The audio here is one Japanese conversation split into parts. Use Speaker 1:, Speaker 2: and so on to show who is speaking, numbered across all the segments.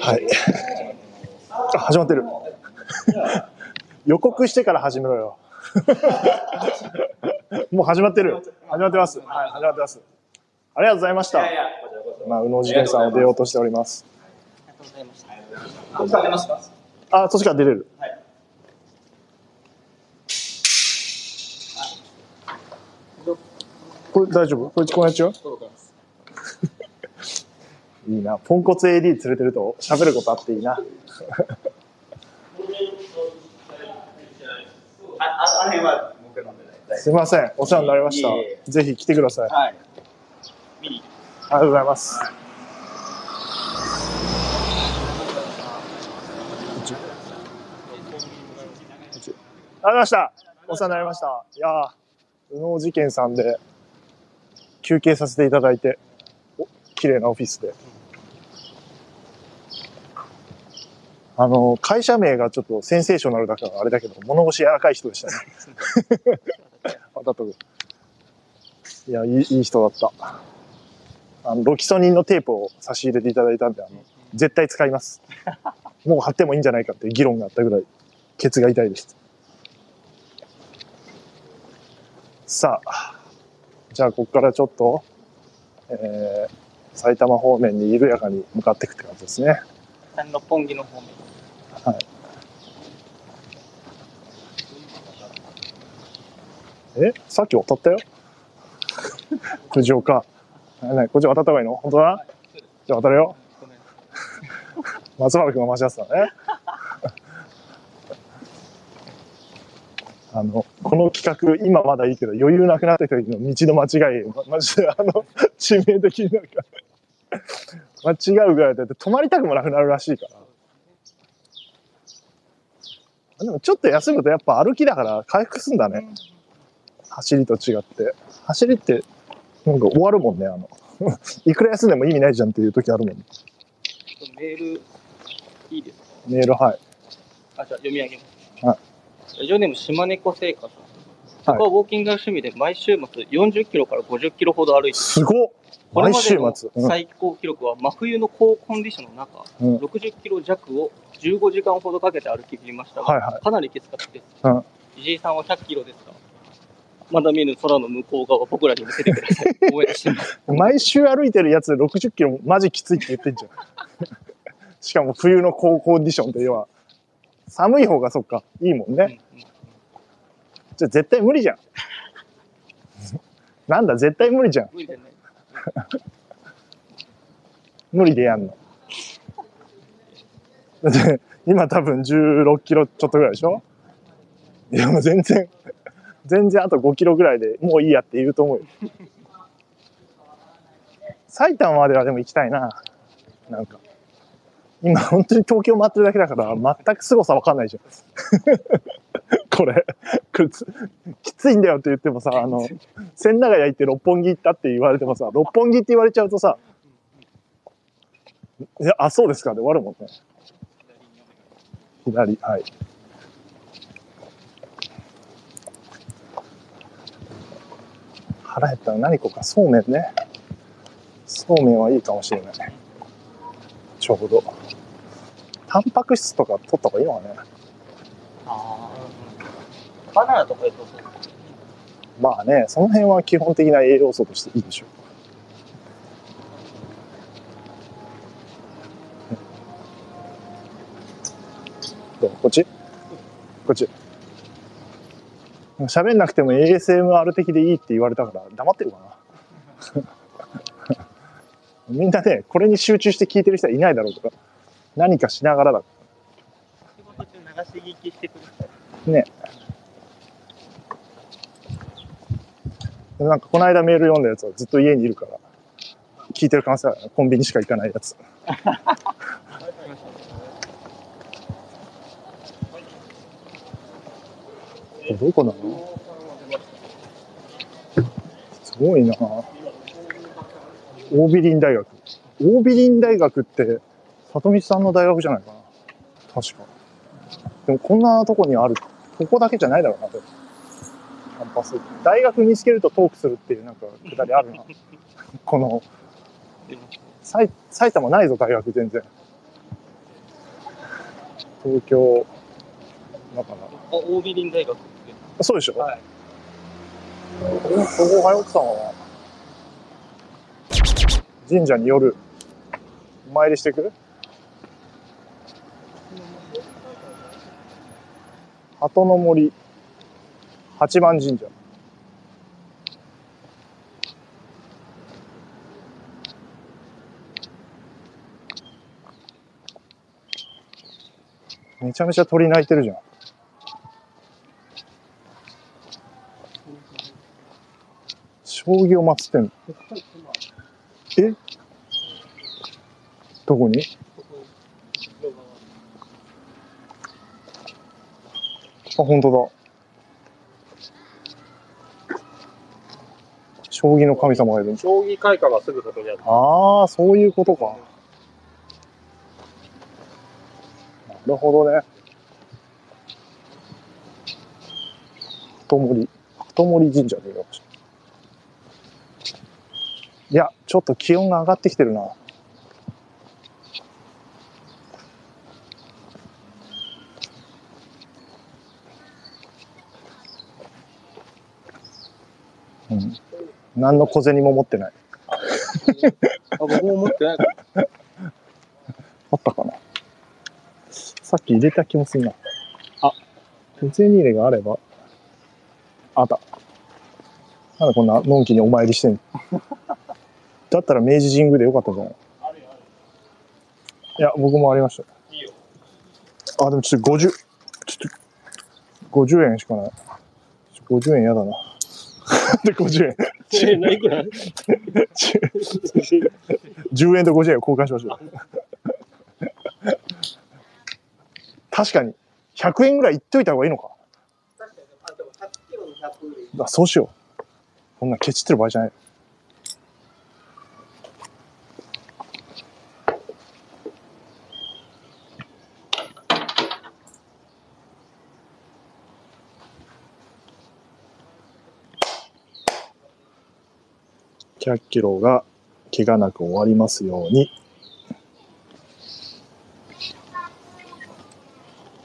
Speaker 1: はい。あ、始まってる。予告してから始めろよ。もう始まってる。始まってます。はい、始まってます。ありがとうございました。いやいやまあ、宇野次元さんを出ようとしております。
Speaker 2: ありがとうございました。年から出ますか
Speaker 1: あ、年から出れる。はい。これ大丈夫これ、このやつよ。 いいな。ポンコツ AD 連れてると喋ることあっていいな。すいません。お世話になりました。いいいぜひ来てください。はい、ありがとうございます。はい、ありがとうございました。お世話になりました。いやー、宇野事件さんで休憩させていただいて、綺麗なオフィスで。あの、会社名がちょっとセンセーショナルだからあれだけど、物腰柔らかい人で したね。渡っいやいい、いい人だった。あの、ロキソニンのテープを差し入れていただいたんで、あの、絶対使います。 もう貼ってもいいんじゃないかっていう議論があったぐらい、ケツが痛いです。さあ、じゃあここからちょっと、えー、埼玉方面に緩やかに向かっていくって感じですね。
Speaker 2: 六本木の方面。はい。
Speaker 1: えさっき渡 ったよ苦情か。なこっち渡った方がいいの本当だ、はい、じゃあ渡るよ。松原君が間違ってたね。 あの、この企画、今まだいいけど、余裕なくなってくる時の道の間違い、マジで、あの、致命的になるから。間違うぐらいだって、止まりたくもなくなるらしいから。でも、ちょっと休むとやっぱ歩きだから回復すんだね。走りと違って。走りって、なんか終わるもんね、あの。 いくら休んでも意味ないじゃんっていう時あるもん、ね。
Speaker 2: メール、いいですか
Speaker 1: メール、はい。
Speaker 2: あ、じゃ読み上げます。はい。ラジオネーム、島猫製菓さん。そこはウォーキングが趣味で、毎週末40キロから50キロほど歩いて
Speaker 1: すごっ
Speaker 2: 毎週末。最高記録は真冬の高コンディションの中、うん、60キロ弱を15時間ほどかけて歩き切りましたが、はいはい、かなりきつかったです。うん、石井さんは100キロですかまだ見ぬ空の向こう側、僕らに見せてくださ い。応援してます。
Speaker 1: 毎週歩いてるやつで60キロ、マジきついって言ってんじゃん。 しかも冬の高コンディションって要は、寒い方がそっか、いいもんね。じゃ絶対無理じゃん。なんだ、絶対無理じゃん。無理,無理でやんの。 だって、今多分16キロちょっとぐらいでしょいや、もう全然、全然あと5キロぐらいでもういいやって言うと思うよ。埼玉まではでも行きたいな。なんか。今本当に東京回ってるだけだから全く凄さ分かんないじゃん これきついんだよって言ってもさあの千長屋行って六本木行ったって言われてもさ六本木って言われちゃうとさ「いやあそうですか」で終わるもんね左はい腹減ったら何こうかそうめんねそうめんはいいかもしれないちょうどタンパク質とか取った方がいいのかね
Speaker 2: ああバナナとか
Speaker 1: まあねその辺は基本的な栄養素としていいでしょうどうこっちこっち喋んなくても ASMR 的でいいって言われたから黙ってるかな みんなね、これに集中して聞いてる人はいないだろうとか、何かしながらだ。
Speaker 2: 仕事中流し聞きしてくださ
Speaker 1: い。ね。でもなんかこの間メール読んだやつはずっと家にいるから、聞いてる可能性はコンビニしか行かないやつ。どこなのすごいなぁ。オービリン大学。オービリン大学って、里見さんの大学じゃないかな。確か。でもこんなとこにある。ここだけじゃないだろうな、でも。キャンパス。大学見つけるとトークするっていうなんかくだりあるな。 この、埼埼玉ないぞ、大学全然。東京、だから。
Speaker 2: あ、オービリン大学
Speaker 1: そうでしょはい。そこ通ってたのは、神社による。お参りしてく鳩の森八幡神社めちゃめちゃ鳥鳴いてるじゃん将棋を祀ってんのえどこにあ、本当だ。将棋の神様がいる。
Speaker 2: 将棋会館がすぐそこにある。
Speaker 1: ああ、そういうことか。なるほどね。鳩森、鳩森神社でいました。いや、ちょっと気温が上がってきてるな。うん、何の小銭も持ってない。
Speaker 2: あ、僕も持ってない。
Speaker 1: あったかな。さっき入れた気もするな。あ、小銭入れがあれば。あった。なんでこんなのんきにお参りしてんの だったら明治神宮でよかったじゃないいや、僕もありました。いいよ。あ、でもちょっと50、ちょっと、50円しかない。50円嫌だ な。で50円。
Speaker 2: 10円ないくら
Speaker 1: ?10 円と50円を交換しましょう。確かに、100円ぐらいいっといた方がいいのか。
Speaker 2: 確かに、あ、でも100キロの
Speaker 1: 100あ、そうしよう。こんなケチってる場合じゃない。100キロが怪我なく終わりますように。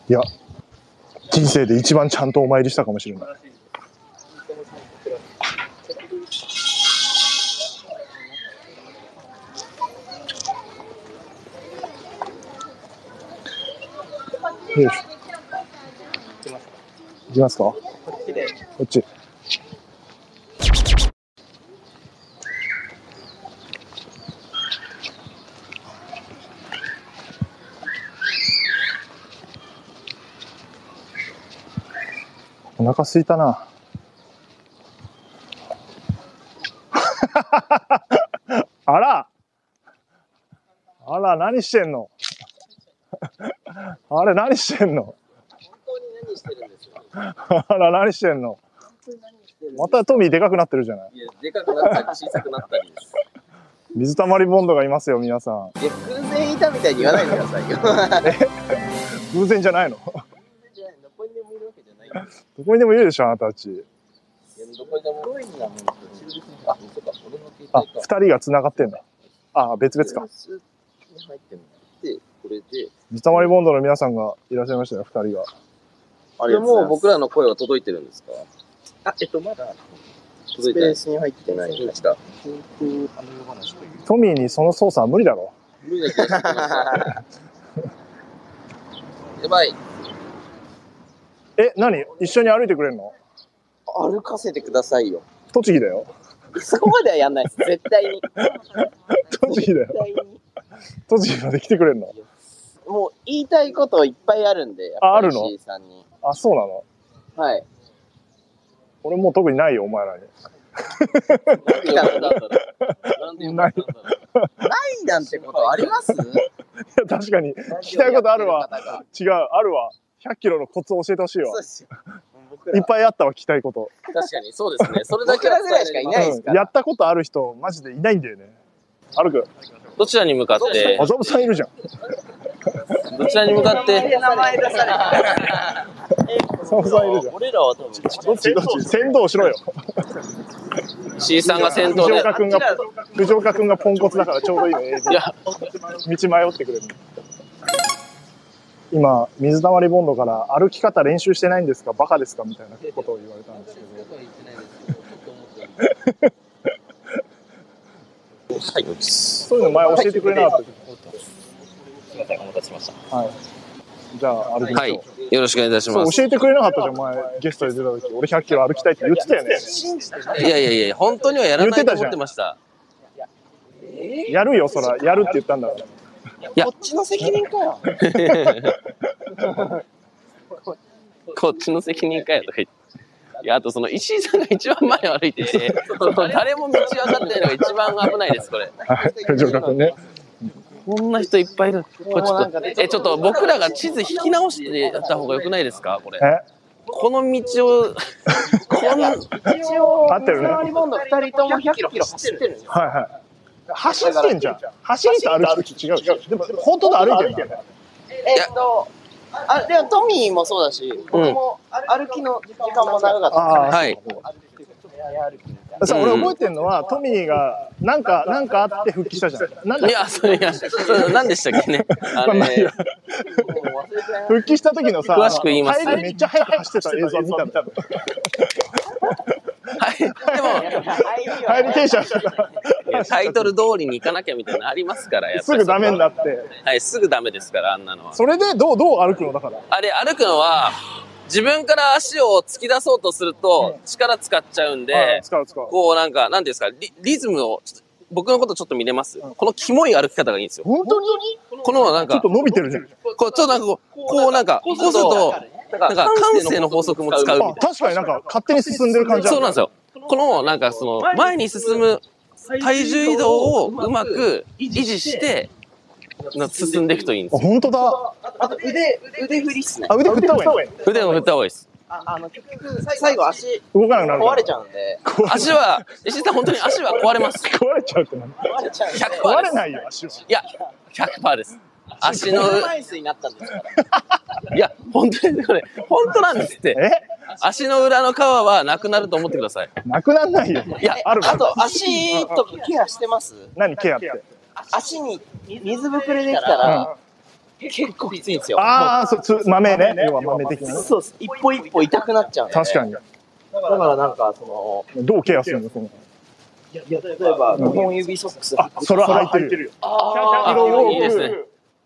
Speaker 1: いや、人生で一番ちゃんとお参りしたかもしれない。よいしょ。行きますかこっち。お腹すいたな。 あらあら、何してんの あれ、何してんの あら、何してんのまたトミーでかくなってるじゃない
Speaker 2: でかくなったり小さくなったりです。
Speaker 1: 水溜りボンドがいますよ、皆さん。
Speaker 2: いや、偶然いたみたいに言わないでくださいよ。
Speaker 1: 偶然じゃないの
Speaker 2: どこにでもいるわけじゃない
Speaker 1: どこにでもいるでしょ、あなたたち。
Speaker 2: どこにでも。
Speaker 1: あ、あ、二人が繋がってんだ。あ、別々か。水溜りボンドの皆さんがいらっしゃいましたよ、二人が。
Speaker 2: あれもう僕らの声は届いてるんですかあ、えっと、まだ。届いてない。スペースに入ってない。入った。
Speaker 1: トミーにその操作は無理だろ。
Speaker 2: 無理だやばい。
Speaker 1: え、何一緒に歩いてくれるの
Speaker 2: 歩かせてくださいよ。
Speaker 1: 栃木だよ。
Speaker 2: そこまではやんないです。絶対に。
Speaker 1: 栃木だよ。栃木まで来てくれるの
Speaker 2: もう言いたいこといっぱいあるんで、
Speaker 1: あ、あるの
Speaker 2: さんに。
Speaker 1: あ、そうなの
Speaker 2: はい。
Speaker 1: 俺もう特にないよ、お前らに。
Speaker 2: ない。ないなんてことありますい
Speaker 1: や、確かに。聞きたいことあるわ。違う、あるわ。100キロのコツを教えてほしいわ。いっぱいあったわ、聞きたいこと。
Speaker 2: 確かに、そうですね。それだけぐらいしかいないですから。
Speaker 1: やったことある人、マジでいないんだよね。歩く。
Speaker 3: どちらに向かって
Speaker 1: 麻布さんいるじゃん。
Speaker 3: どちらに向かって
Speaker 4: 名前出された。
Speaker 1: 麻布さんいるじゃん。
Speaker 3: 俺らは多分
Speaker 1: どっちどっち先導しろよ。
Speaker 3: C さんが先頭
Speaker 1: 藤
Speaker 3: で
Speaker 1: 岡君が、藤岡君がポンコツだからちょうどいいね。
Speaker 3: いや
Speaker 1: 道迷ってくれる。今、水溜りボンドから歩き方練習してないんですかバカですかみたいなことを言われたんですけど。
Speaker 3: はいどうです
Speaker 1: そういうの前教えてくれなかったけ
Speaker 3: すいませんお待たせしました
Speaker 1: ど。はい。じゃあ歩きま
Speaker 3: は
Speaker 1: しょう。
Speaker 3: いよろしくお願いいたし
Speaker 1: そ
Speaker 3: ま
Speaker 1: う
Speaker 3: す
Speaker 1: 教えてくれなかったじゃん、前、ゲストで出た時。俺100キロ歩きたいって言ってたよね。
Speaker 3: いやいやいや本当にはやらないと
Speaker 1: 言ってたじゃ
Speaker 3: 思
Speaker 1: ん
Speaker 3: ってました
Speaker 1: やるよ、そら。やるって言ったんだから。
Speaker 4: こっちの責任かよ。
Speaker 3: こっちの責任かよとか言って。いや、あとその石井さんが一番前を歩いてて、その誰も道分かってないのが一番危ないです、これ。
Speaker 1: はい、藤岡君ね。
Speaker 3: こんな人いっぱいいる。これちょっと、え、ちょっと僕らが地図引き直してやった方が良くないですかこれ。
Speaker 1: え
Speaker 3: この道を、こんな、
Speaker 4: 一応、
Speaker 1: 合ってるね
Speaker 4: 水溜りボンド二人とも100キロ走ってるんですよ。
Speaker 1: はいはい。走ってんじゃん。走りと歩きと違うでしょ。でも、本当だ、歩いてんだ。
Speaker 4: えっと、あでもトミーもそうだし、僕も歩きの時間も長かった。
Speaker 1: ああ、
Speaker 3: はい。
Speaker 1: さ俺覚えてるのは、トミーが、なんか、なんかあって復帰したじゃん。なんだ
Speaker 3: いや、それ、いや、それ何でしたっけね。あのね、
Speaker 1: 復帰した時のさ、
Speaker 3: 詳しく言います
Speaker 1: 帰りめっちゃ速く走ってた映像見た の。
Speaker 3: はい。でも、
Speaker 1: 帰り停車してた。
Speaker 3: いやタイトル通りに行かなきゃみたいなのありますから、やっぱ
Speaker 1: す
Speaker 3: り
Speaker 1: ぐダメになって。
Speaker 3: はい、すぐダメですから、あんなのは。
Speaker 1: それで、どう、どう歩くのだから。
Speaker 3: あれ、歩くのは、自分から足を突き出そうとすると、力使っちゃうん
Speaker 1: あ
Speaker 3: で
Speaker 1: あ、使う使う。
Speaker 3: こうなんか、なんていうんですか、リリズムを、ちょっと僕のことちょっと見れますこのキモい歩き方がいいんですよ。
Speaker 1: 本当に
Speaker 3: このなん
Speaker 1: ちょっ
Speaker 3: か
Speaker 1: と、伸びてるじゃん。
Speaker 3: こう、ちょっとなんかこう、こうなんか、こうすると、なんか感性の法則も使うみたい
Speaker 1: あ、確かになんか勝手に進んでる感
Speaker 3: な。
Speaker 1: じあ
Speaker 3: そ
Speaker 1: る
Speaker 3: うなんですよ。この、なんかその、前に進む体重移動をうまく維持して、な進んでいくといいんです
Speaker 1: あ、
Speaker 3: よ。
Speaker 1: 本当だ。
Speaker 4: あと腕、腕振りっすね。
Speaker 1: あ、腕振った方がいい。
Speaker 3: 腕を振った方がいいです。
Speaker 4: ああの、結局、最後足
Speaker 1: 動かなくなるから。
Speaker 4: 壊れちゃうんで、
Speaker 1: 壊れ
Speaker 3: 足は、石井さん本当に足は壊れ ます。
Speaker 1: 壊れちゃうってなんだ
Speaker 4: 壊れちゃうんで、
Speaker 3: 100%
Speaker 1: 壊
Speaker 3: で
Speaker 1: れ
Speaker 3: す。
Speaker 1: ないよ、足は。
Speaker 3: いや、100%です。足の、
Speaker 4: 車椅子になったんですから。
Speaker 3: いや、本当にこれ、本当なんですって。
Speaker 1: え
Speaker 3: 足の裏の皮はなくなると思ってください。
Speaker 1: なくなんないよ。
Speaker 3: いや、
Speaker 1: ある
Speaker 4: あと、足とかケアしてます
Speaker 1: 何ケアって。
Speaker 4: 足に水ぶくれできたら、結構きついんですよ。
Speaker 1: ああ、そう、つ豆ね。要は豆的なね。
Speaker 4: そうです。一歩一歩痛くなっちゃうんで。
Speaker 1: 確かに。
Speaker 4: だからなんか、その、
Speaker 1: どうケアするのその。
Speaker 4: いや例えば、5本指ソックス。
Speaker 1: あ、それは入ってる。
Speaker 3: あ
Speaker 1: 色
Speaker 3: いいですね。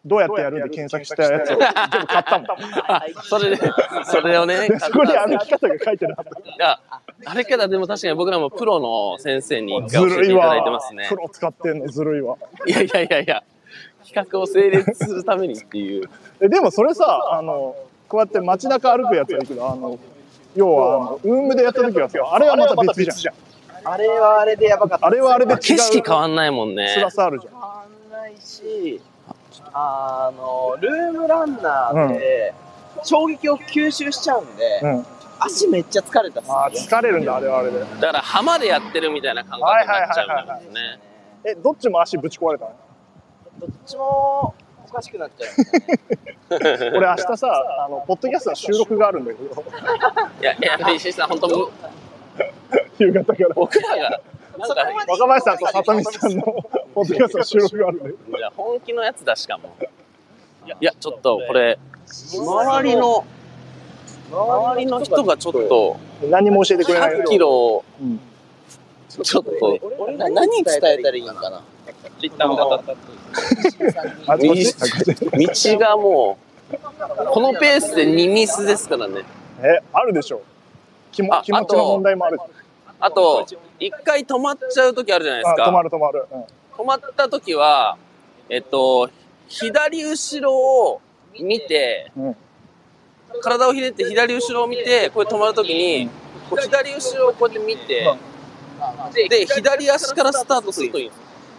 Speaker 1: どうやってやるで検索したやつを全部買ったも ん。
Speaker 3: あそれで、それをね、買
Speaker 1: で、
Speaker 3: った
Speaker 1: そこに歩き方が書いてなかっ
Speaker 3: ああれからでも確かに僕らもプロの先生に
Speaker 1: た。
Speaker 3: 一
Speaker 1: ず
Speaker 3: 回教え
Speaker 1: る
Speaker 3: て
Speaker 1: い
Speaker 3: いただい
Speaker 1: わ
Speaker 3: てますね。。
Speaker 1: プロ使ってんのずるいわ。
Speaker 3: いやいやいやいや、企画を成立するためにっていう。
Speaker 1: えでもそれさあのこうやって街中歩くやつはいいけどあの要はあのウームでやった時はさあれはまた別じゃん
Speaker 4: あれはあれでやばかった。
Speaker 1: あれはあれで違う
Speaker 3: 景色変わんないもんね。
Speaker 1: 辛さあるじゃん
Speaker 4: 変わんないし、あの、ルームランナーで、衝撃を吸収しちゃうんで、
Speaker 1: うん、
Speaker 4: 足めっちゃ疲れたっす
Speaker 1: あー
Speaker 4: ね。
Speaker 1: 疲れるんだあれはあれで
Speaker 3: だから浜でやってるみたいな感覚になっちゃうんですね。
Speaker 1: えどっちも足ぶち壊れたの
Speaker 4: どっちもおかしくなっちゃうんですよね。
Speaker 1: 俺明日さあのポッドキャストの収録があるんだけど
Speaker 3: いや、いや、石井さん、本当
Speaker 1: 夕方から
Speaker 3: 僕らが、なんか、
Speaker 1: 若林さんと里見さんの ポッドキャストの収録があるんだけど
Speaker 3: いや本気のやつだしかも。いや、ちょっとこれ、周
Speaker 4: 周り
Speaker 3: り
Speaker 4: の、
Speaker 3: の、周りの人がちょっと、
Speaker 1: 何も教えてくれない
Speaker 3: 100キロを
Speaker 1: うん、
Speaker 3: ちょっと、
Speaker 4: 俺ら何伝えたらいいのかな
Speaker 3: 一旦道
Speaker 1: あこっち
Speaker 3: がもう、このペースで2ミスですからね。
Speaker 1: えあるでしょ気も
Speaker 3: あ
Speaker 1: 気持ちの問題もある
Speaker 3: あと、一回止まっちゃう時あるじゃないです
Speaker 1: あ止ま
Speaker 3: か。
Speaker 1: る止まる、うん
Speaker 3: 止まった時は、えっと、左後ろを見て、
Speaker 1: うん
Speaker 3: 体をひねって左後ろを見て、これ止まる時に、こう左後ろをこうやって見て、で、左足からスタートするといいん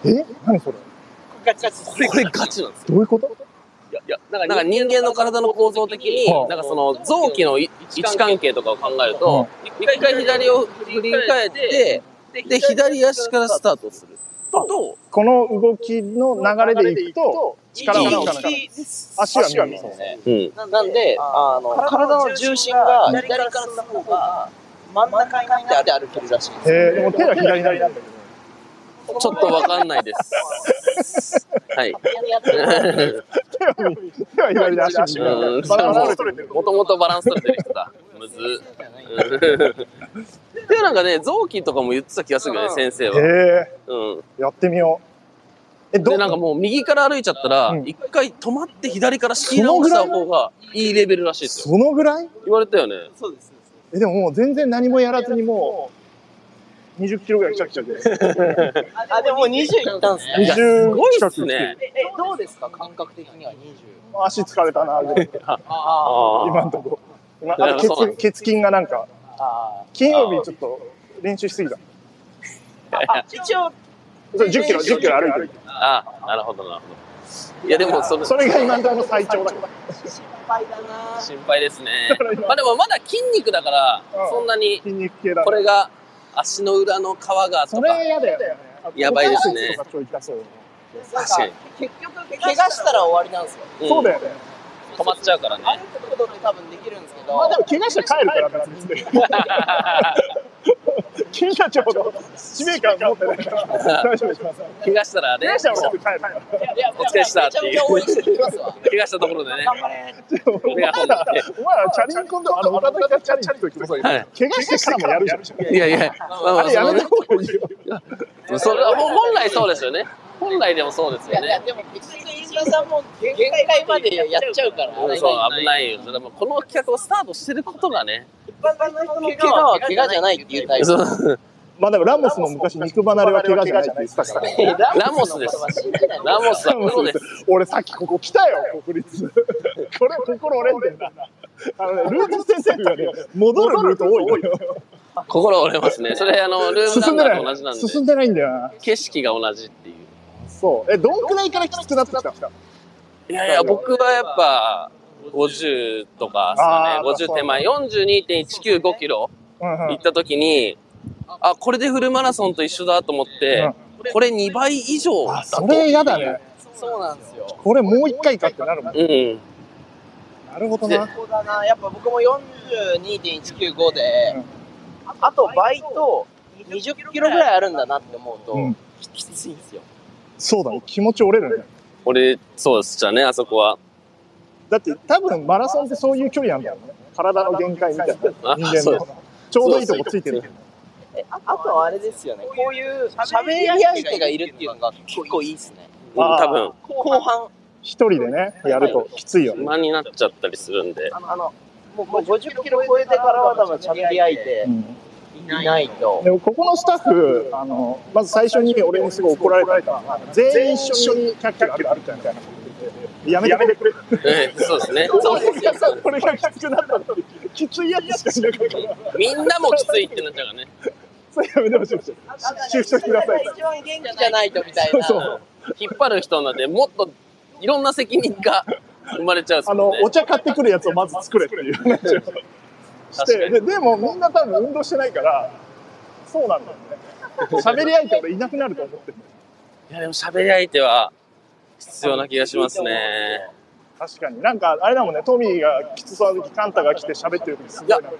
Speaker 3: ですよ。
Speaker 1: え何それ
Speaker 3: これ、これガチなんですよ。
Speaker 1: どういうこと
Speaker 3: いやいやなんかなんか人間の体の構造的に、
Speaker 1: はい
Speaker 3: なんかその臓器のい位置関係とかを考えると、一回左を振り返って、で、左足からスタートする。
Speaker 1: と、この動きの流れでいくと、力が
Speaker 4: 力
Speaker 1: 力
Speaker 4: が
Speaker 1: が
Speaker 4: 足
Speaker 1: 足
Speaker 4: は
Speaker 1: は
Speaker 4: 見え
Speaker 1: 見え
Speaker 4: ま
Speaker 1: ますす
Speaker 4: ね。
Speaker 3: うん。
Speaker 4: なんで、あの、体の重心が左から進む方が、真ん中になって歩けるらしいです。
Speaker 1: えー、でも手は左なんだけど。
Speaker 3: ちょっとわかんない です。はい。
Speaker 1: 手は右手は左で足は
Speaker 3: う
Speaker 1: 右
Speaker 3: ん。
Speaker 1: バランス取れてる。
Speaker 3: もともとバランス取れてる人だ。むずうん。でもなんかね、臓器とかも言ってた気がするよね、先生は。
Speaker 1: へえ
Speaker 3: うん。
Speaker 1: ー、やってみよう。え、ど
Speaker 3: で、なんかもう右から歩いちゃったら
Speaker 1: う、ん
Speaker 3: 一回止まって左から仕切り直した方がいいレベルらしいですよ。
Speaker 1: そのぐらい
Speaker 3: 言われたよね。
Speaker 4: そうです。
Speaker 1: え、でももう全然何もやらずにもう、20キロぐらい来ちゃ来ちゃで。
Speaker 4: あ、でももう20いったんすね。
Speaker 3: いやすごいっすね。
Speaker 4: え、どうですか感覚的には20。
Speaker 1: 足疲れたな、ぐらい
Speaker 4: あ
Speaker 3: あ
Speaker 1: 今んとこ。今あ
Speaker 3: いやそう
Speaker 1: と
Speaker 3: なん
Speaker 1: 血血筋がなんか、
Speaker 4: あ。
Speaker 1: 金曜日ちょっと練習しすぎた。
Speaker 4: あ、 一応、
Speaker 1: そう10キロ、10キロ歩いてる。
Speaker 3: あ。あ、なるほど、なるほど。いや、でも、その、
Speaker 1: それが今んとこの最長だから。
Speaker 4: 心配だな
Speaker 3: 心配ですね。まあでもまだ筋肉だから
Speaker 1: う、ん
Speaker 3: そんなに、
Speaker 1: 筋肉系だ。
Speaker 3: これが足の裏の皮がと
Speaker 1: それ
Speaker 3: か
Speaker 1: は、嫌だよね。
Speaker 3: やばいです
Speaker 1: 股
Speaker 3: ね
Speaker 1: 関節とか超痛そう。
Speaker 4: なん
Speaker 3: 確かに
Speaker 4: 結局、怪我したら終わりなんですよ。
Speaker 3: うん
Speaker 1: そうだよね。
Speaker 3: 止まっちゃうからね。
Speaker 4: 歩くことって多分できるんですけど、
Speaker 1: まあでも怪我して帰るから別 に。君たちほど使命感持ってないから大丈夫です。
Speaker 3: 怪我したらね
Speaker 1: 怪我、したらもう帰るから。
Speaker 4: いや
Speaker 3: お疲れしたって
Speaker 4: めちゃめ
Speaker 3: いう
Speaker 4: ちゃ応援してきますわ。
Speaker 3: 怪我したところでね、
Speaker 4: 頑張れ
Speaker 1: お前ら、お前らチャリンコのあの岡田がチャリンコ行くと
Speaker 3: は
Speaker 1: 怪
Speaker 3: い
Speaker 1: 我してからもやるじゃん。
Speaker 3: いやいや、まあま
Speaker 1: あ
Speaker 3: あ、
Speaker 1: れ
Speaker 3: そ
Speaker 1: や
Speaker 3: の
Speaker 1: め
Speaker 3: ね
Speaker 1: た、方がいいよ。
Speaker 3: それはほん本来そうですよね。本来でもそうです
Speaker 4: いや
Speaker 3: よ
Speaker 4: いや
Speaker 3: ね。
Speaker 4: でも結局飯島さんも限界までやっちゃうから、
Speaker 3: うんそう、危ないよ。それもこの企画をスタートしてることがね、
Speaker 4: 怪我は怪我じゃないっていうタイプ。
Speaker 3: そう
Speaker 1: まあでもラモスも昔肉離れは怪我じゃないって言ってたから。
Speaker 3: ラモスです。ラモスはプロです。
Speaker 1: 俺さっきここ来たよ、国立。これ、心折れんだよな。 あのね、ルート先生がね、戻るルート多いのよ。
Speaker 3: 心折れますね。それ、あの、ルームラ
Speaker 1: 進
Speaker 3: ン
Speaker 1: ん
Speaker 3: ナ
Speaker 1: で
Speaker 3: ーと同じな
Speaker 1: なんい。
Speaker 3: で、
Speaker 1: 進んでないんだよな。
Speaker 3: 景色が同じっていう。
Speaker 1: そう。え、どんくらいからきつくなってきた
Speaker 3: いやいや、僕はやっぱ、50とか
Speaker 1: あー
Speaker 3: ですかね、50手前、42.195キロ
Speaker 1: うんう
Speaker 3: 行
Speaker 1: ん
Speaker 3: っ。た時に、あ、これでフルマラソンと一緒だと思って、これ2倍以上だ
Speaker 1: あ、そ
Speaker 3: と
Speaker 1: れ嫌だね。
Speaker 4: そうなんですよ。
Speaker 1: これもう一回かってなるもん。
Speaker 3: うん。
Speaker 1: なるほど
Speaker 3: な
Speaker 1: な。
Speaker 4: そうだな、やっぱ僕も42.195で、あと倍と20キロぐらいあるんだなって思うと、
Speaker 1: うん
Speaker 4: きついんですよ。
Speaker 1: そうだね。気持ち折れるね。
Speaker 3: 俺、そうでしたね、あそこは。
Speaker 1: だって多分マラソンってそういう距離なんだよね。体の限界みたいな。人
Speaker 3: あそう
Speaker 1: 間
Speaker 3: です
Speaker 1: の。ちょうどいいとこついてる。
Speaker 4: えああとはあれですよね、こういう喋り相手がいるっていうのが結構いいですね。
Speaker 3: うん
Speaker 1: あー
Speaker 3: 多分、
Speaker 4: 後半、
Speaker 1: 一人でね、やるときついよね。
Speaker 3: 間になっちゃったりするんで。
Speaker 4: あの、あのもうもう50キロ超えてからは多分喋り相手
Speaker 1: うん
Speaker 4: いないと。
Speaker 1: でもここのスタッフ、あのまず最初に俺にすごい怒られたのが、全員一緒に100キロ歩くみたいなこと言って、やめてくれ、
Speaker 3: ええそうですね。
Speaker 1: そうですよこれがきつくなったのに、きついやつしかいなかったから、
Speaker 3: みんなもきついってなっちゃうからね。
Speaker 1: それやめてほしいですよシフトください。
Speaker 4: 一番元気じゃないとみたいな。
Speaker 1: そう
Speaker 3: 引っ張る人なんで、もっといろんな責任が生まれちゃうんです
Speaker 1: あ
Speaker 3: よ
Speaker 1: の
Speaker 3: ね。
Speaker 1: お茶買ってくるやつをまず作れっていう話をして、ででもみんな多分運動してないから、そうなんだよね。喋り相手俺いなくなると思ってる。
Speaker 3: いや、でも喋り相手は必要な気がしますね。
Speaker 1: 確かに。なんか、あれだもんね、トミーがきつそうな時、カンタが来て喋ってる時、すごいなんか、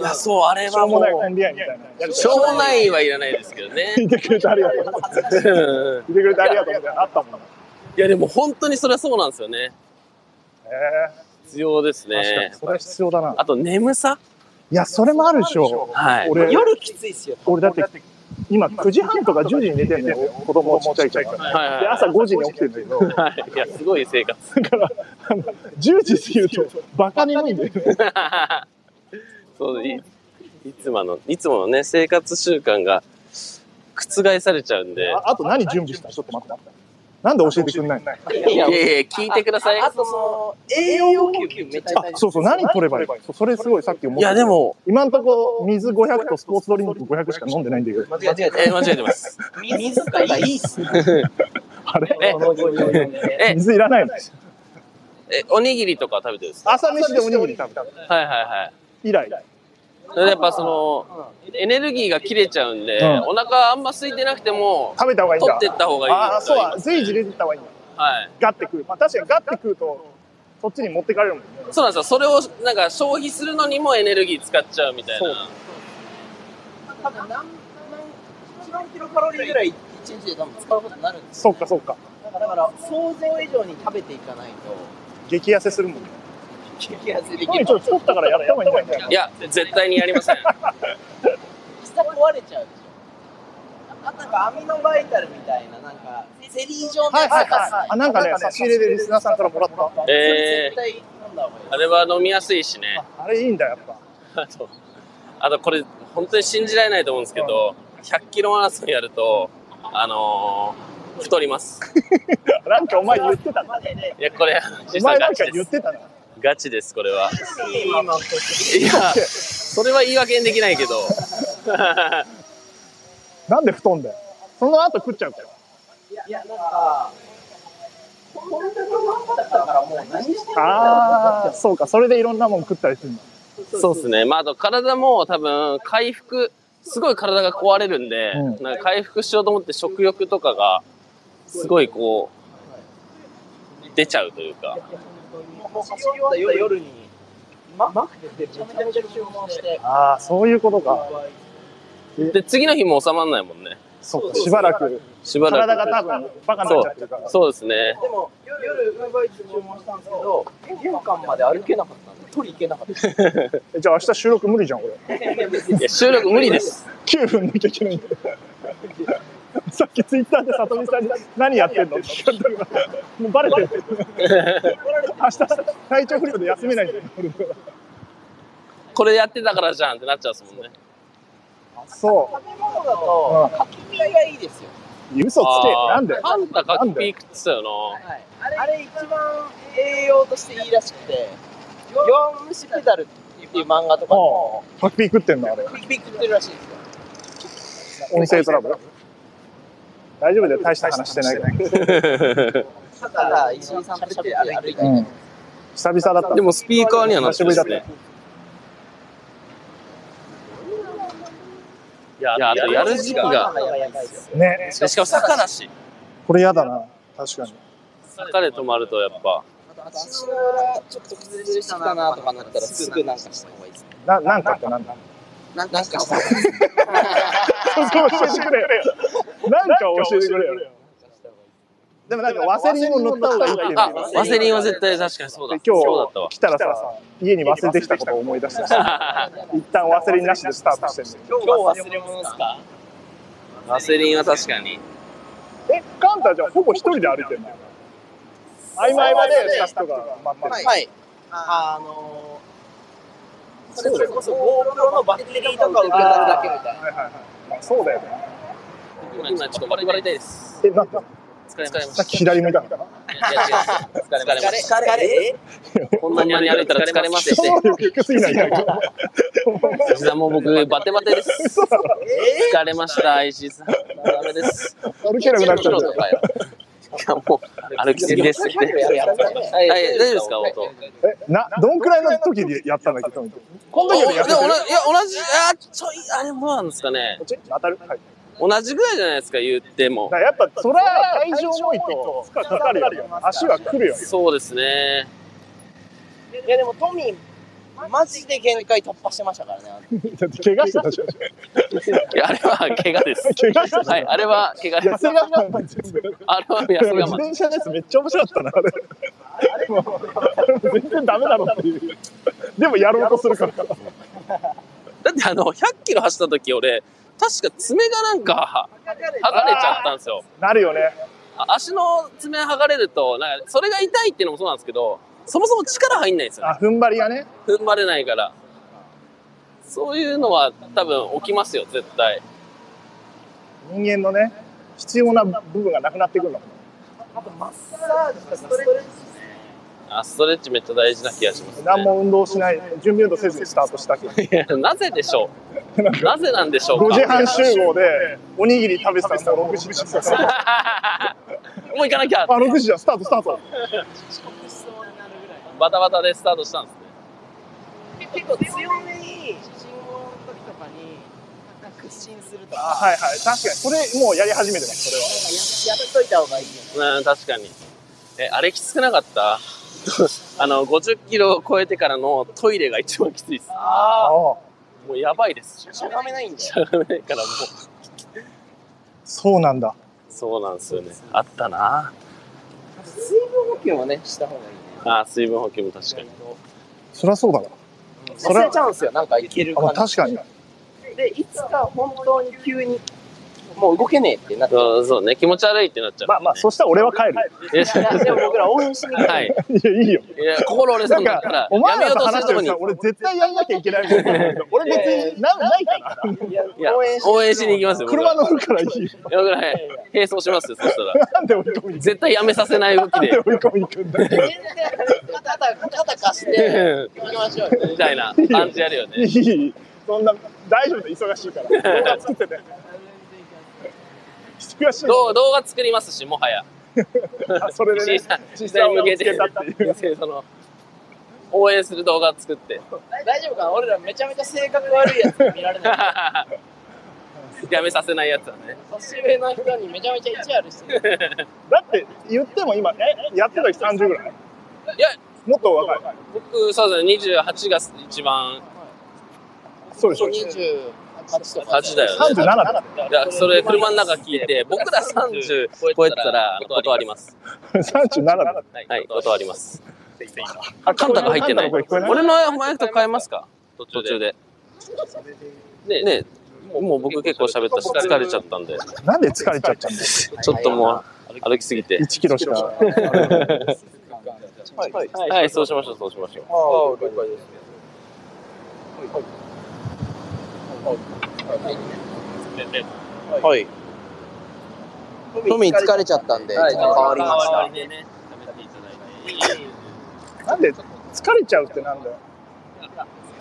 Speaker 3: いや、そう、あれ
Speaker 1: しょ
Speaker 3: は
Speaker 1: う
Speaker 3: も
Speaker 1: も
Speaker 3: う
Speaker 1: ない、コンビ愛みたいな。やり
Speaker 3: しょうもないはいらないですけどね。
Speaker 1: 聞いてくれてありがとう。
Speaker 3: うん
Speaker 1: 聞いてくれてありがとうみたいなのあったもんね。
Speaker 3: いや、でも本当にそれはそうなんですよね。必要です
Speaker 1: えー、確か
Speaker 3: ね
Speaker 1: に。それは必要だな。
Speaker 3: あと、眠さ
Speaker 1: いや、それもあるでしょ。
Speaker 3: はい。
Speaker 1: 俺、
Speaker 4: 夜きついっすよ。
Speaker 1: 俺だって、今9時半とか10時に寝てんのよ、子供ちっちゃいから。
Speaker 3: はいはい
Speaker 1: で、朝5時に起きてんだけど、
Speaker 3: はい。いや、すごい生活。
Speaker 1: だから、あの、10時過ぎる と、バカ眠いんだよね。
Speaker 3: そういいつもの、いつものね、生活習慣が覆されちゃうんで。
Speaker 1: ああと何準備したちょっと待って。なんで教えてくんないの
Speaker 3: いやいや、聞いてください。
Speaker 4: あとその、栄養補給めっちゃ
Speaker 1: あ
Speaker 4: 大、事。
Speaker 1: そうそう、何取ればいいそうそれすごいさっき思っ
Speaker 3: い
Speaker 1: て。
Speaker 3: や、で、も、
Speaker 1: 今んとこ水500とスポーツドリンク500しか飲んでないんだけど、
Speaker 4: 間違え
Speaker 3: え、間違えてます。
Speaker 4: た。水がいいっすね。
Speaker 1: あれ
Speaker 3: え、え
Speaker 1: 水いらないの
Speaker 3: え、おにぎりとか食べてるんですか
Speaker 1: 朝飯でおにぎり食べた
Speaker 3: はいはいはい。
Speaker 1: 以来。
Speaker 3: それでやっぱその、エネルギーが切れちゃうんで、
Speaker 1: うん
Speaker 3: お腹あんま空いてなくても、
Speaker 1: 食べた方がいいん
Speaker 3: 取
Speaker 1: だ
Speaker 3: ってった方がいいです
Speaker 1: ああそうだ随時入れてった方がいいんだ
Speaker 3: はい。
Speaker 1: ガッて食うまあ確かにガッて食うとそっちに持ってかれるもんね
Speaker 3: そうなんですよ。それを、なんか消費するのにもエネルギー使っちゃうみたい
Speaker 1: そう
Speaker 3: な。
Speaker 4: 多分何何1万キロカロリーぐらい一日で多分使うことになるんです
Speaker 1: そっかそっか
Speaker 4: だからだから想像以上に食べていかないと
Speaker 1: 激痩せするもんね
Speaker 4: 激痩せでき
Speaker 1: 特に
Speaker 4: る
Speaker 1: ちょっと太ったからやった方がいいんだよね
Speaker 3: いや、絶対にやりません。
Speaker 4: 膝壊れちゃうでしょあなんかアミノバイタルみたいななんかセリー状の
Speaker 1: はい
Speaker 4: やつ
Speaker 1: はい
Speaker 4: が
Speaker 1: は
Speaker 4: さ
Speaker 1: いあなんかね差し入れでリスナーさんからもらった
Speaker 4: それ
Speaker 3: え
Speaker 4: 絶対飲んだ方がいい
Speaker 3: あれは飲みやすいしね。
Speaker 1: ああれいいんだやっぱ
Speaker 3: あと、あとこれ、本当に信じられないと思うんですけど、100キロマラソンやると、あのー、太ります。
Speaker 1: なんかお前言ってたな
Speaker 4: マジで
Speaker 3: いや、これ、
Speaker 1: お
Speaker 3: 実
Speaker 1: 前
Speaker 3: 際
Speaker 1: な
Speaker 3: ガ
Speaker 1: ん
Speaker 3: チ
Speaker 1: か
Speaker 3: で
Speaker 1: 言っ
Speaker 3: す。
Speaker 1: てたな
Speaker 3: ガチです、これは。
Speaker 4: 今今
Speaker 3: いや、それは言い訳にできないけど。
Speaker 1: なんで太んだよその後食っちゃうから
Speaker 4: いやなんかこんなことだったからもう何してるんだろ
Speaker 1: ああそうかそれでいろんなもん食ったりするんだ
Speaker 3: そうですね。まあ、あと体も多分、回復、すごい体が壊れるんで、
Speaker 1: うん
Speaker 3: なんか回復しようと思って食欲とかが、すごいこう、出ちゃうというか。
Speaker 4: うもう走り終わった夜にマックでめちゃめちゃ注文して
Speaker 1: ああそういうことか
Speaker 3: で、次の日も収まらないもんね。
Speaker 1: そうかしばらく
Speaker 3: しばらく。
Speaker 1: 体が多分バカになっちゃってるから
Speaker 3: そうですね。
Speaker 4: でも夜ウーバーイーツ注文したんですけど玄関まで歩けなかったんで取り行けなかった
Speaker 1: えじゃあ明日収録無理じゃん俺
Speaker 3: いや、収録無理です。
Speaker 1: 9分なきゃいけないんだよ さっきツイッターで里見さんに何やってんのって聞かれたからもうバレて る明日体調不良で休めないんだよ俺
Speaker 3: これやってたからじゃんってなっちゃうんですもんね。
Speaker 1: そ
Speaker 4: 食べ物だとかきピーがいいですよ、
Speaker 1: う嘘つけ
Speaker 3: あー
Speaker 1: なんで
Speaker 3: パンタかっこいいくってたよな。
Speaker 4: はい、あれ一番栄養としていいらしくて「弱虫ペダル」っていう漫画とかでも
Speaker 1: ハッピー食ってんのあれ
Speaker 4: ピクピクってるらしいですよ
Speaker 1: 音声トラブル大丈夫だよ大した話してないから
Speaker 4: ただ石井さんと喋って歩いて
Speaker 1: うん久々だった
Speaker 3: でもスピーカーにはなってますね。いや、あとやる時期が。
Speaker 1: ね
Speaker 3: でしかも坂だし。
Speaker 1: これやだな確かに
Speaker 3: 坂で止まるとやっぱ。
Speaker 4: 足の裏ちょっと崩れてきたなとかなったらすぐなんかした方がいいですね
Speaker 1: ななんかってなんだ
Speaker 4: なんかした方がいい
Speaker 1: そう教えてくれよなんか教えてくれよでもなんかワセリンを塗った方がいいっていう
Speaker 3: あ、
Speaker 1: の
Speaker 3: ワセリンは絶対確かにそうだ。
Speaker 1: で今
Speaker 3: そうだったわ
Speaker 1: 日。来たらさ家に忘れてきたことを思い出してさ 一旦ワセリンなしでスタートしてんだよ
Speaker 4: 今日忘れ物ですか
Speaker 3: ワセリンは確かに。
Speaker 1: えカンタじゃあほぼ一人で歩いてるの合間合間でスタッフとか待ってる、
Speaker 4: はいあのそれこそ GoPro のバッテリーとか受け取るだけみたいな
Speaker 1: はいはいはいまあ、そうだよね
Speaker 3: 今ちょっとバリバリ痛いです。
Speaker 1: えなんか
Speaker 3: 疲れまし
Speaker 1: さ
Speaker 3: た。
Speaker 1: っき左向いたのかない
Speaker 3: や違う疲れました。
Speaker 4: 疲れ
Speaker 3: こんなに歩いたら疲れますって。
Speaker 1: そう 低すぎないか
Speaker 3: 膝も僕バテバテ です。疲れました、石井さん。ダメです。
Speaker 1: 歩けなくなっちゃ
Speaker 3: 10
Speaker 1: っ
Speaker 3: キロ
Speaker 1: た
Speaker 3: とかよ。いやもう歩きすぎですって。
Speaker 4: 疲
Speaker 3: はい、大丈夫ですか、音。
Speaker 1: えなどんくらいの時にやったんだっけトミー君この時よりやって
Speaker 3: でも同
Speaker 1: る
Speaker 3: じ、いや、同じ、あー、ちょい、あれ、どうなんですかね
Speaker 1: こ。っち当たる、はい、だ
Speaker 3: 同じぐらいじゃないですか、言っても
Speaker 1: か。らやっぱそら体重重いと負荷かかるよね足はくるよね
Speaker 3: そうですね。
Speaker 4: いやでもトミーマジで限界突破してましたからね
Speaker 1: だって怪我してたじゃん
Speaker 3: いや、あれは怪我です。
Speaker 1: 怪我してたじゃん
Speaker 3: はい、あれは怪我
Speaker 1: いや
Speaker 3: です。
Speaker 1: それがまあ全部
Speaker 3: あれは
Speaker 1: で
Speaker 3: 安
Speaker 1: も自
Speaker 3: 我慢。
Speaker 1: 転車のやつめっちゃ面白かったな、あれ。あれも全然ダメだろっていう。でもやろうとするから。
Speaker 3: だってあの、100キロ走った時俺、確か爪がなんか、剥がれちゃったんですよ。
Speaker 1: なるよね。
Speaker 3: あ足の爪剥がれると、なんか、それが痛いっていうのもそうなんですけど、そもそも力入んないんですよ、ね。
Speaker 1: あ、踏ん張りがね。
Speaker 3: 踏ん張れないから。そういうのは多分起きますよ、絶対。
Speaker 1: 人間のね、必要な部分がなくなってくるの。
Speaker 4: あとマッサージとかストレッチ
Speaker 3: あ、ストレッチめっちゃ大事な気がします、ね。
Speaker 1: 何も運動しない、準備運動せずにスタートしたけど。
Speaker 3: いやなぜでしょうなぜなんでしょう
Speaker 1: 5
Speaker 3: か
Speaker 1: 時半集合で、おにぎり食べてたらもう6時だった。
Speaker 3: もう行かなきゃ
Speaker 1: あ、6時だ、スタート、スタート。
Speaker 3: バタバタでスタートしたんですね。
Speaker 4: 結構強めに信号とかに屈伸するとか、
Speaker 1: あはいはい。確かに。それ、もうやり始めてます、それは。
Speaker 4: ややっといた方がいいよね。
Speaker 3: うん、確かに。え、あれきつくなかった あの、50キロ超えてからのトイレが一番きついです。
Speaker 4: ああ、
Speaker 1: ああ。
Speaker 3: もうやばいです。
Speaker 4: しゃがめないんだ
Speaker 3: し
Speaker 4: よ。
Speaker 3: ゃがめないからもう。
Speaker 1: そうなんだ。
Speaker 3: そうなんですよね。あったな
Speaker 4: 水分補給もね、した方がいいね。
Speaker 3: あー水分補給も確かに。
Speaker 1: そりゃそうだな。それ
Speaker 4: 忘れちゃうんですよ、なんかいける
Speaker 1: あまあ、
Speaker 4: 感じ。
Speaker 1: 確かに。
Speaker 4: で、いつか本当に急に、もう動けねえってなって。
Speaker 3: うん、そうね。気持ち悪いってなっちゃう。
Speaker 1: まあまあ、そしたら俺は帰る。
Speaker 3: いや
Speaker 4: いやでも僕ら応援しに行く。
Speaker 3: はい。
Speaker 1: いや、いいよ。
Speaker 3: いや、心折れそ
Speaker 1: な
Speaker 3: うに
Speaker 1: ん
Speaker 3: なったら
Speaker 1: か、、お前
Speaker 3: やめ
Speaker 1: ら
Speaker 3: よう
Speaker 1: と
Speaker 3: とす
Speaker 1: 話
Speaker 3: る
Speaker 1: し
Speaker 3: と
Speaker 1: て
Speaker 3: こ
Speaker 1: る
Speaker 3: に
Speaker 1: さ、、俺絶対やんなきゃいけないみたいなこと俺別になないから。
Speaker 4: いや
Speaker 3: いや
Speaker 4: 応援し
Speaker 3: 応援しに行きますよ。僕
Speaker 1: 車
Speaker 3: は
Speaker 1: 乗るからいいよ。
Speaker 3: いや僕らはい並走しますよ、そしたら。
Speaker 1: なんで追い込みに行
Speaker 3: 絶対やめさせない動き
Speaker 1: くなん
Speaker 3: で
Speaker 1: で。追い込みに行くんだよ。
Speaker 4: 肩、肩貸して、 行きましょうよ。
Speaker 3: みたいな感じやるよ
Speaker 1: い
Speaker 3: ね。
Speaker 1: い、そんな、大丈夫だ、忙しいから。動画作ってて。忙しい
Speaker 3: 動動画作りますし、もはや。
Speaker 1: あそれでね
Speaker 3: 小さ、
Speaker 1: 小
Speaker 3: 小
Speaker 1: さ
Speaker 3: さ
Speaker 1: い
Speaker 3: い
Speaker 1: 向
Speaker 3: 向
Speaker 1: けて
Speaker 3: けて
Speaker 1: たっていう。
Speaker 3: その、応援する動画作って。
Speaker 4: 大丈夫かな俺らめちゃめちゃ性格悪いやつが見られない。
Speaker 3: やめさせないやつはね。
Speaker 4: 年上の人にめちゃめちゃ意地悪してる。
Speaker 1: だって、言っても今、え、やってた時30ぐらい
Speaker 3: いや、
Speaker 1: もっと若い。
Speaker 3: 僕、そうですね、28が一番、
Speaker 1: そうでしょ。
Speaker 4: 28とか。
Speaker 3: 8だよね。
Speaker 1: 37だ。
Speaker 3: いや、それ車の中聞いて、僕ら30超えてたら断ります。
Speaker 1: 37だ。
Speaker 3: はい、断ります。
Speaker 1: あ、
Speaker 3: カンタが入ってない。
Speaker 1: カンタの声聞こえ
Speaker 3: 俺のマイク変えますか途中で。ねねもう僕結構喋ったし、疲れちゃったんで、
Speaker 1: なんで疲れちゃったんだ よ。
Speaker 3: ちょっともう歩きすぎて。
Speaker 1: 1キロしか。
Speaker 4: はい。
Speaker 3: はい、そうしましょう、そうしましょう。
Speaker 4: ああ、了解です。
Speaker 3: はい。
Speaker 4: トミー疲れちゃったんで、ちょっと変わりました。
Speaker 3: りでね、食べていただいて。
Speaker 1: なんで、疲れちゃうってなんだよ。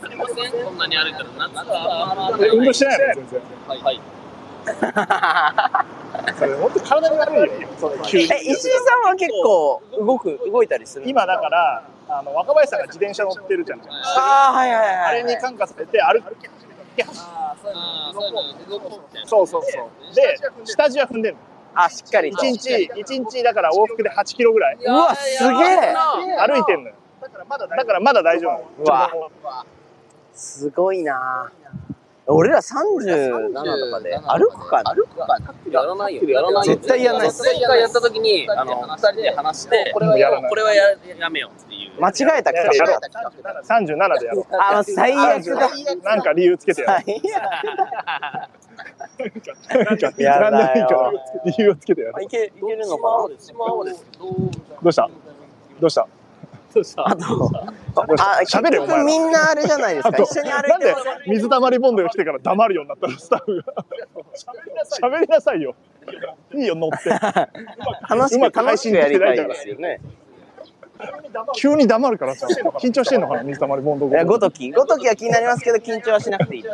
Speaker 3: すみません、こんなに歩いたら夏はあんま
Speaker 1: え運動
Speaker 3: り
Speaker 1: してないの全然。
Speaker 3: はい。
Speaker 1: それ、もっと体に悪いよ。その急に。
Speaker 4: え、石井さんは結構動く、動いたりする
Speaker 1: 今だから、あの、若林さんが自転車乗ってるじゃん。
Speaker 4: ああ、はいはいはい。
Speaker 1: あれに感化されて歩き始めた。
Speaker 3: ああ、そういうの動こうって。
Speaker 1: そうそうそう。で、下地は踏んでる
Speaker 4: あ、しっかり。
Speaker 1: 一日、一日だから往復で8キロぐらいう
Speaker 4: わ、すげえ
Speaker 1: 歩いてんのよ。だからまだだからまだ大丈夫。
Speaker 4: うわすごいな俺ら37とかで歩くかな
Speaker 3: やらないよ。やらないよ。
Speaker 4: 絶対やらない
Speaker 3: 前回やった時に、あの、二人で話して、これは
Speaker 1: やらない
Speaker 3: これはややめようっていう。
Speaker 4: 間違えた
Speaker 1: や
Speaker 4: 企
Speaker 1: や
Speaker 4: 画
Speaker 1: ろう
Speaker 4: だ。。
Speaker 1: 37でやろう。
Speaker 4: あ、最悪だ。
Speaker 1: なんか理由つけてやろ
Speaker 4: 最悪。
Speaker 1: う。なんか
Speaker 4: いや
Speaker 1: なんでもいいか
Speaker 4: や
Speaker 1: ら
Speaker 4: だよ
Speaker 1: 理由をつけてやろ
Speaker 4: いけ、いけるのか
Speaker 1: う。どうした？どうし
Speaker 4: な
Speaker 1: た？
Speaker 4: あと、
Speaker 1: どうした
Speaker 4: あ、結
Speaker 1: 喋れお前
Speaker 4: 局
Speaker 1: ら
Speaker 4: み。んなあれじゃないですか。
Speaker 1: あと
Speaker 4: 一緒に歩
Speaker 1: ないん
Speaker 4: て
Speaker 1: で
Speaker 4: もらう
Speaker 1: 水たまりボンドが来てから黙るようになったのスタッフ が。喋りなさいよ。いいよ乗って。
Speaker 4: 楽し
Speaker 1: うま
Speaker 4: く
Speaker 1: く
Speaker 4: 楽
Speaker 1: 配
Speaker 4: し
Speaker 1: 信
Speaker 4: く
Speaker 1: で
Speaker 4: や
Speaker 1: きて
Speaker 4: り
Speaker 1: な
Speaker 4: た
Speaker 1: い
Speaker 4: い
Speaker 1: から
Speaker 4: ですよね。
Speaker 1: 急に黙るから さ。緊張してんのかな水たまりボンド
Speaker 4: いや、ごとき、ごときは気になりますけど、緊張はしなくていい。い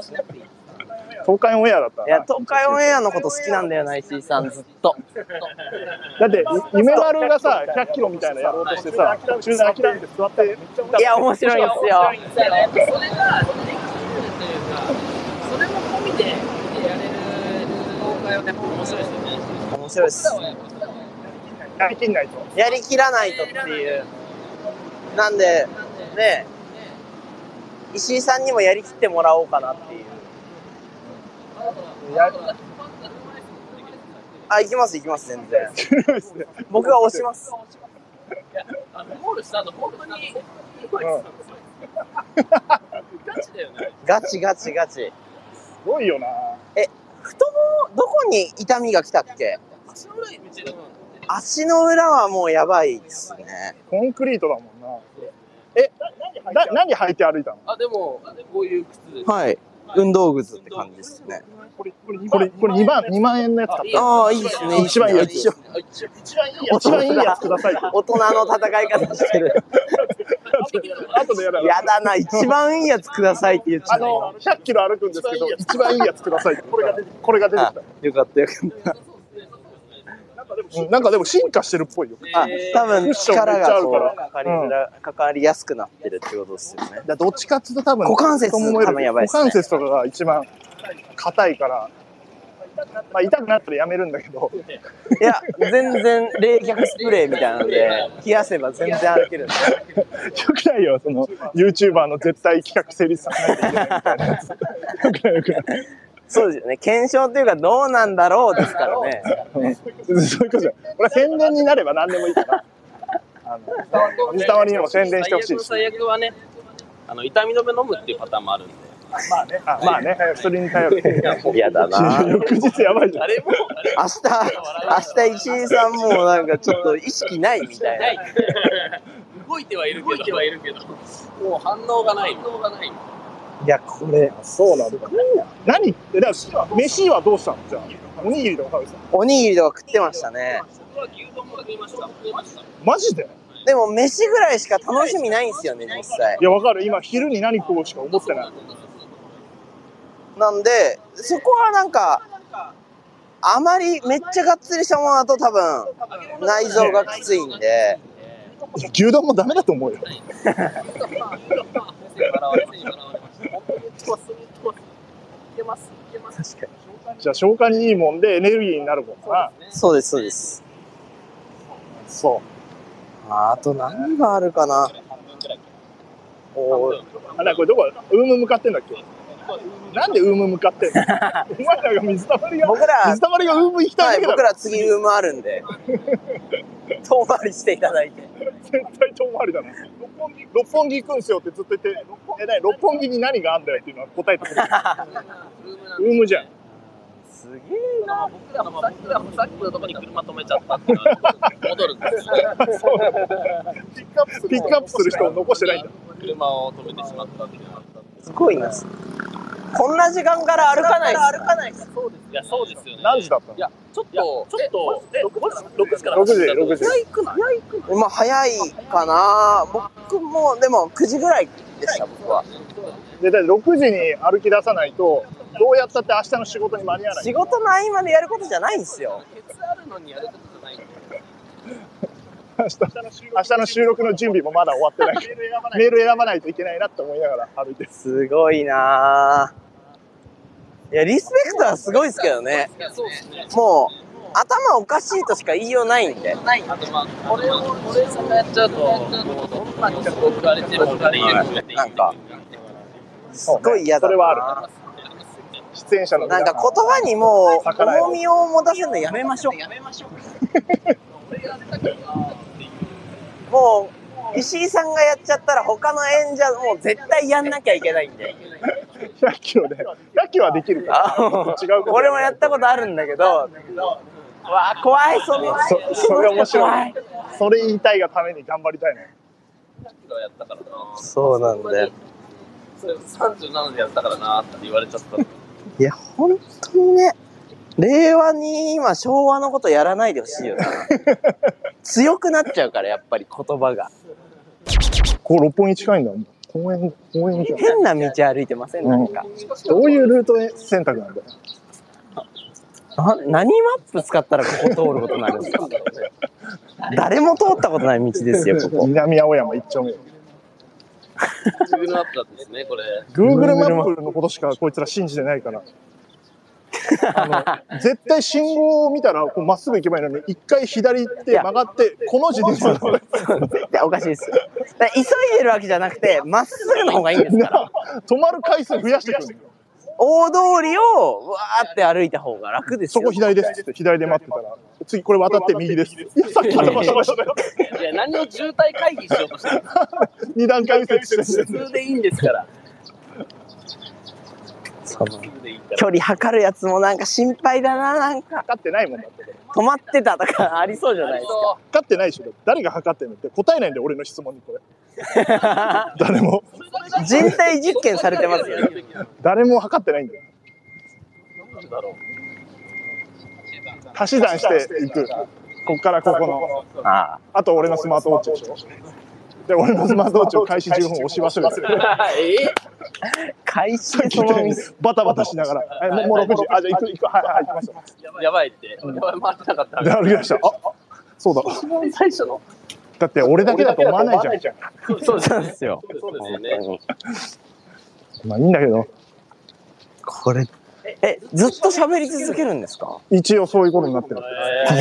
Speaker 1: 東海オンエアだったらな
Speaker 4: や、東海オンエアのこと好きなんだよな、石井さん、ずっと。
Speaker 1: だって夢丸がさ100キロみたいなやろうとしてさ中断諦めて座って
Speaker 4: いや、面白いんですよ。面白いです。
Speaker 1: やりきんないと
Speaker 4: やりきらないとっていう。なんで、ねえ、石井さんにもやりきってもらおうかなっていう。
Speaker 1: や
Speaker 4: あ、行きます、行きます、全然。
Speaker 1: るですね
Speaker 4: 僕が押します。
Speaker 3: ゴールした後、本当に、ガチだよね。
Speaker 4: ガチガチガチ。
Speaker 1: すごいよな
Speaker 4: 太もも、どこに痛みが来たっけ
Speaker 3: 足の裏に道で。
Speaker 4: 足の裏はもうやばいですね。
Speaker 1: コンクリートだもんなえな何履いて歩いたの
Speaker 3: あ、でも、こういう靴です。
Speaker 4: はい。運動靴って感じですね。
Speaker 1: これこれ2万二万円のやつ買った
Speaker 4: ああ、いいですね。
Speaker 1: 一番いいやつ
Speaker 4: 一緒
Speaker 1: 一番いいやつください
Speaker 4: 大人の戦い方してる。
Speaker 1: あとでやだ
Speaker 4: やだな、一番いいやつくださいって言っちゃ
Speaker 1: あ
Speaker 4: った今
Speaker 1: の100キロ歩くんですけど一番いいやつくださいってこれが出てきた
Speaker 4: よかったよかった。
Speaker 1: なんかでも進化してるっぽいよ。
Speaker 4: あ、多分力がこ
Speaker 1: めっち
Speaker 4: うかかりづら、かかりやすくなってるってことですよね。
Speaker 1: だどっちかっていうと多分、
Speaker 4: 股関節
Speaker 1: 太ももより
Speaker 4: 多分やばいっすね
Speaker 1: 股関節とかが一番硬いから、まあ痛くなったらやめるんだけど、
Speaker 4: いや、全然冷却スプレーみたいなので、 冷やせば全然歩けるんですよ。
Speaker 1: よくないよ、その YouTuber の絶対企画成立させないといけないみたいなやつ。よくないよくない。
Speaker 4: そうですよね。検証というかどうなんだろうですからね。
Speaker 1: うんそういうことじゃん。俺は宣伝になれば何でもいいから。あの水溜りにも宣伝してほしいし
Speaker 3: 最悪の最悪はね、あの痛み止め飲むっていうパターンもあるんで。
Speaker 1: まあね、あまあね、それに頼る。
Speaker 4: 嫌だな。明
Speaker 1: 翌日やばいじゃん
Speaker 3: あ。れも、あれも
Speaker 4: 日、明日石井さんもうなんかちょっと意識ないみたい
Speaker 3: な
Speaker 4: な。
Speaker 3: い。動いてはいるけど。動いてはいるけど。もう反応がない。反応がない。
Speaker 4: いや、これ、
Speaker 1: そうなんだ。何え、だから、飯はどうしたのじゃあ。おにぎりとか食べてたの
Speaker 4: おにぎりとか食ってましたね。
Speaker 3: 僕は牛丼も食べました。食べました。
Speaker 1: マジで
Speaker 4: でも飯ぐらいしか楽しみないんですよね、実際
Speaker 1: い。や、わかる。今、昼に何食おうしか思ってない。
Speaker 4: なんで、そこはなんか、あまりめっちゃがっつりしたものだと多分、内臓がきついんで、
Speaker 1: いや牛丼もダメだと思うよ。じゃあ、消化にいいもんでエネルギーになるもんな。
Speaker 4: そうです、そうです。
Speaker 1: そ
Speaker 4: ああと何があるかな。おー
Speaker 1: う。あ、なこれどこウーム向かってんだっけなんでウーム向かってん のお前らが水溜りが、
Speaker 4: 僕ら
Speaker 1: 水、溜りがウーム行きた
Speaker 4: はい
Speaker 1: だ
Speaker 4: い、
Speaker 1: けだ
Speaker 4: 僕
Speaker 1: ろ。
Speaker 4: ら次ウームあるんで、遠回りしていただいて。
Speaker 1: 絶対遠回りだな。六本木行くんすよってずっと言って、え、なに六本木に何があんだよっていうのは答えてくれる。ウームじゃん。
Speaker 4: すげえ
Speaker 3: 僕らもさっきのさっきのとこに車止めちゃったっていうのは戻るんですよ。
Speaker 1: そうなんだピックアップするピックアップする人を残してないんだ。
Speaker 3: 車を止めてしまったっていうのは。
Speaker 4: すごいな。こんな時間から歩かない歩かない
Speaker 3: いや、そうですよね。
Speaker 1: 何時だったの
Speaker 3: いや、ちょっと、ちょっと、6時から
Speaker 1: 6時、6時。
Speaker 4: まあ早いかな。僕も、でも9時ぐらいでした、僕は。
Speaker 1: で、だって6時に歩き出さないと、どうやったって明日の仕事に間に合わない。
Speaker 4: 仕事の合間でやることじゃないんですよ。
Speaker 1: 明日明日の収録の準備もまだ終わっ てないから、メール選ばないといけないなって思いながら歩いてる。
Speaker 4: すごいなぁ。いや、リスペクトはすごいですけどね。もう、頭おかしいとしか言いようないんで。
Speaker 3: あとまあ、これを、これをやっちゃうと、もうどんなに曲送られても、誰よりも
Speaker 4: なんか、すごい嫌だ
Speaker 1: そ
Speaker 4: な
Speaker 1: れはあ出演者の皆
Speaker 4: なん
Speaker 1: さ
Speaker 4: か言葉にも
Speaker 1: 逆らえ
Speaker 4: う重みを持たせるのやめましょう。もう、石井さんがやっちゃったら他の演者もう絶対やんなきゃいけないんで。
Speaker 1: 100キロで、100キロはできるから、違うこと。
Speaker 4: 俺もやったことあるんだけど、わあ怖い、その
Speaker 1: そそれ面白い。それ言いたいがために頑張りたいね。
Speaker 3: やったからな。
Speaker 4: そうなんだよ。
Speaker 3: それ37でやったからなって言われちゃった。
Speaker 4: いや、本当にね、令和に今昭和のことやらないでほしい よな。強くなっちゃうから、やっぱり言葉が。
Speaker 1: ここ六本木近いんだもん。公園、公園じゃん。
Speaker 4: 変な道歩いてません、なんか。
Speaker 1: どういうルート選択なんだよ。
Speaker 4: な何マップ使ったらここ通ることになるんです か誰も通ったことない道ですよ、ここ。
Speaker 1: 南青山一丁目。
Speaker 3: Google マップだったんですね、これ。
Speaker 1: Google マップのことしかこいつら信じてないから。あの絶対信号を見たらこうまっすぐ行けばいいのに一回左行って曲がってこの字で曲がる
Speaker 4: いや、おかしいですよ。だから急いでるわけじゃなくて、まっすぐの方がいいんです から。
Speaker 1: 止まる回数増やしてくる
Speaker 4: 大通りを、わーって歩いた方が楽です
Speaker 1: そ
Speaker 4: よ。
Speaker 1: こ左ですっつって左で待ってたら次これ渡って右ですいやさっきの場所場所だよ
Speaker 3: いや、何を渋滞回避しようとしてる
Speaker 1: 二段階右折して
Speaker 3: 普通でいいんですから。
Speaker 4: その
Speaker 3: 普通でいいから。
Speaker 4: 距離測るやつもなんか心配だな、なんか。
Speaker 1: 測ってないもんだって
Speaker 4: 止まってたとかありそうじゃないですか。
Speaker 1: 測ってないでしょ誰が測ってんのって答えないんで俺の質問にこれ 誰も
Speaker 4: 人体実験されてますよね。
Speaker 1: 誰も測ってないんだよ足し算していくこっからここの
Speaker 4: あ
Speaker 1: あと俺のスマートウォッチでしょで、俺のスマートウォッチを開始15分押し忘れて。
Speaker 3: 開始
Speaker 1: そのバタバタしながら、え、もうもう6時、あ、じゃあ行く、行く、はい、はい、行きまし
Speaker 3: やばいって。やばい、回ってなかった
Speaker 1: た。で、。歩き出した。あ、あ、そうだ。
Speaker 3: 一番最初の。
Speaker 1: だって俺だけだと思わないじゃん。
Speaker 5: ゃん。
Speaker 3: そうなんですよ。
Speaker 5: そうですよね。
Speaker 1: まあいいんだけど、
Speaker 4: これ。え、ずっと喋り続けるんですか
Speaker 1: 一応そういうことになってる。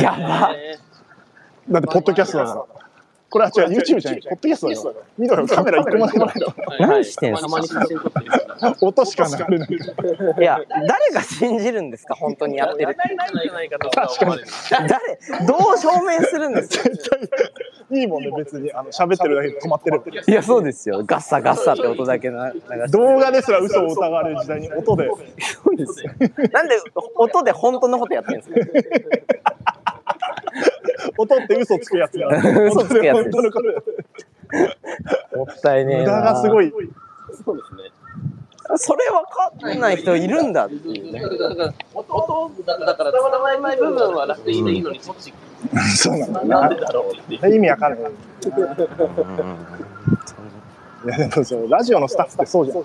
Speaker 4: やば。
Speaker 1: だって、ポッドキャストだから。これは違う、YouTube じゃない。ポッドキャストだよ。見ろよ、カメラ一個もないから。
Speaker 4: 何してんす
Speaker 3: た
Speaker 4: か
Speaker 3: まに写真撮ってる。
Speaker 1: 音しかなれない。
Speaker 4: いや、誰が信じるんですか本当にやってるって。
Speaker 3: ないんじゃないかと確かに。
Speaker 4: 誰、どう証明するんですか
Speaker 1: 絶対、いいもんね、別に。あの、喋ってるだけで止まってる。
Speaker 4: いや、そうですよ。ガッサガッサって音だけな流して。
Speaker 1: 動画ですら嘘を疑われる時代に音で。
Speaker 4: なんで、音で本当のことやってるんですか
Speaker 1: 音って嘘つくやつだ。
Speaker 4: 嘘つくやつです
Speaker 1: 本当のこと
Speaker 4: もったいね
Speaker 1: 無駄がすご
Speaker 4: い。
Speaker 1: い。
Speaker 3: そうですね。
Speaker 4: それ分かんない人いるんだっていうね。
Speaker 3: 音だだから伝わらない部分は楽でいいのに、そっち
Speaker 1: そうなんだ
Speaker 3: なんでだろうっていう。
Speaker 1: 意味わかんない。いや、でもそう、ラジオのスタッフってそうじゃん。
Speaker 4: い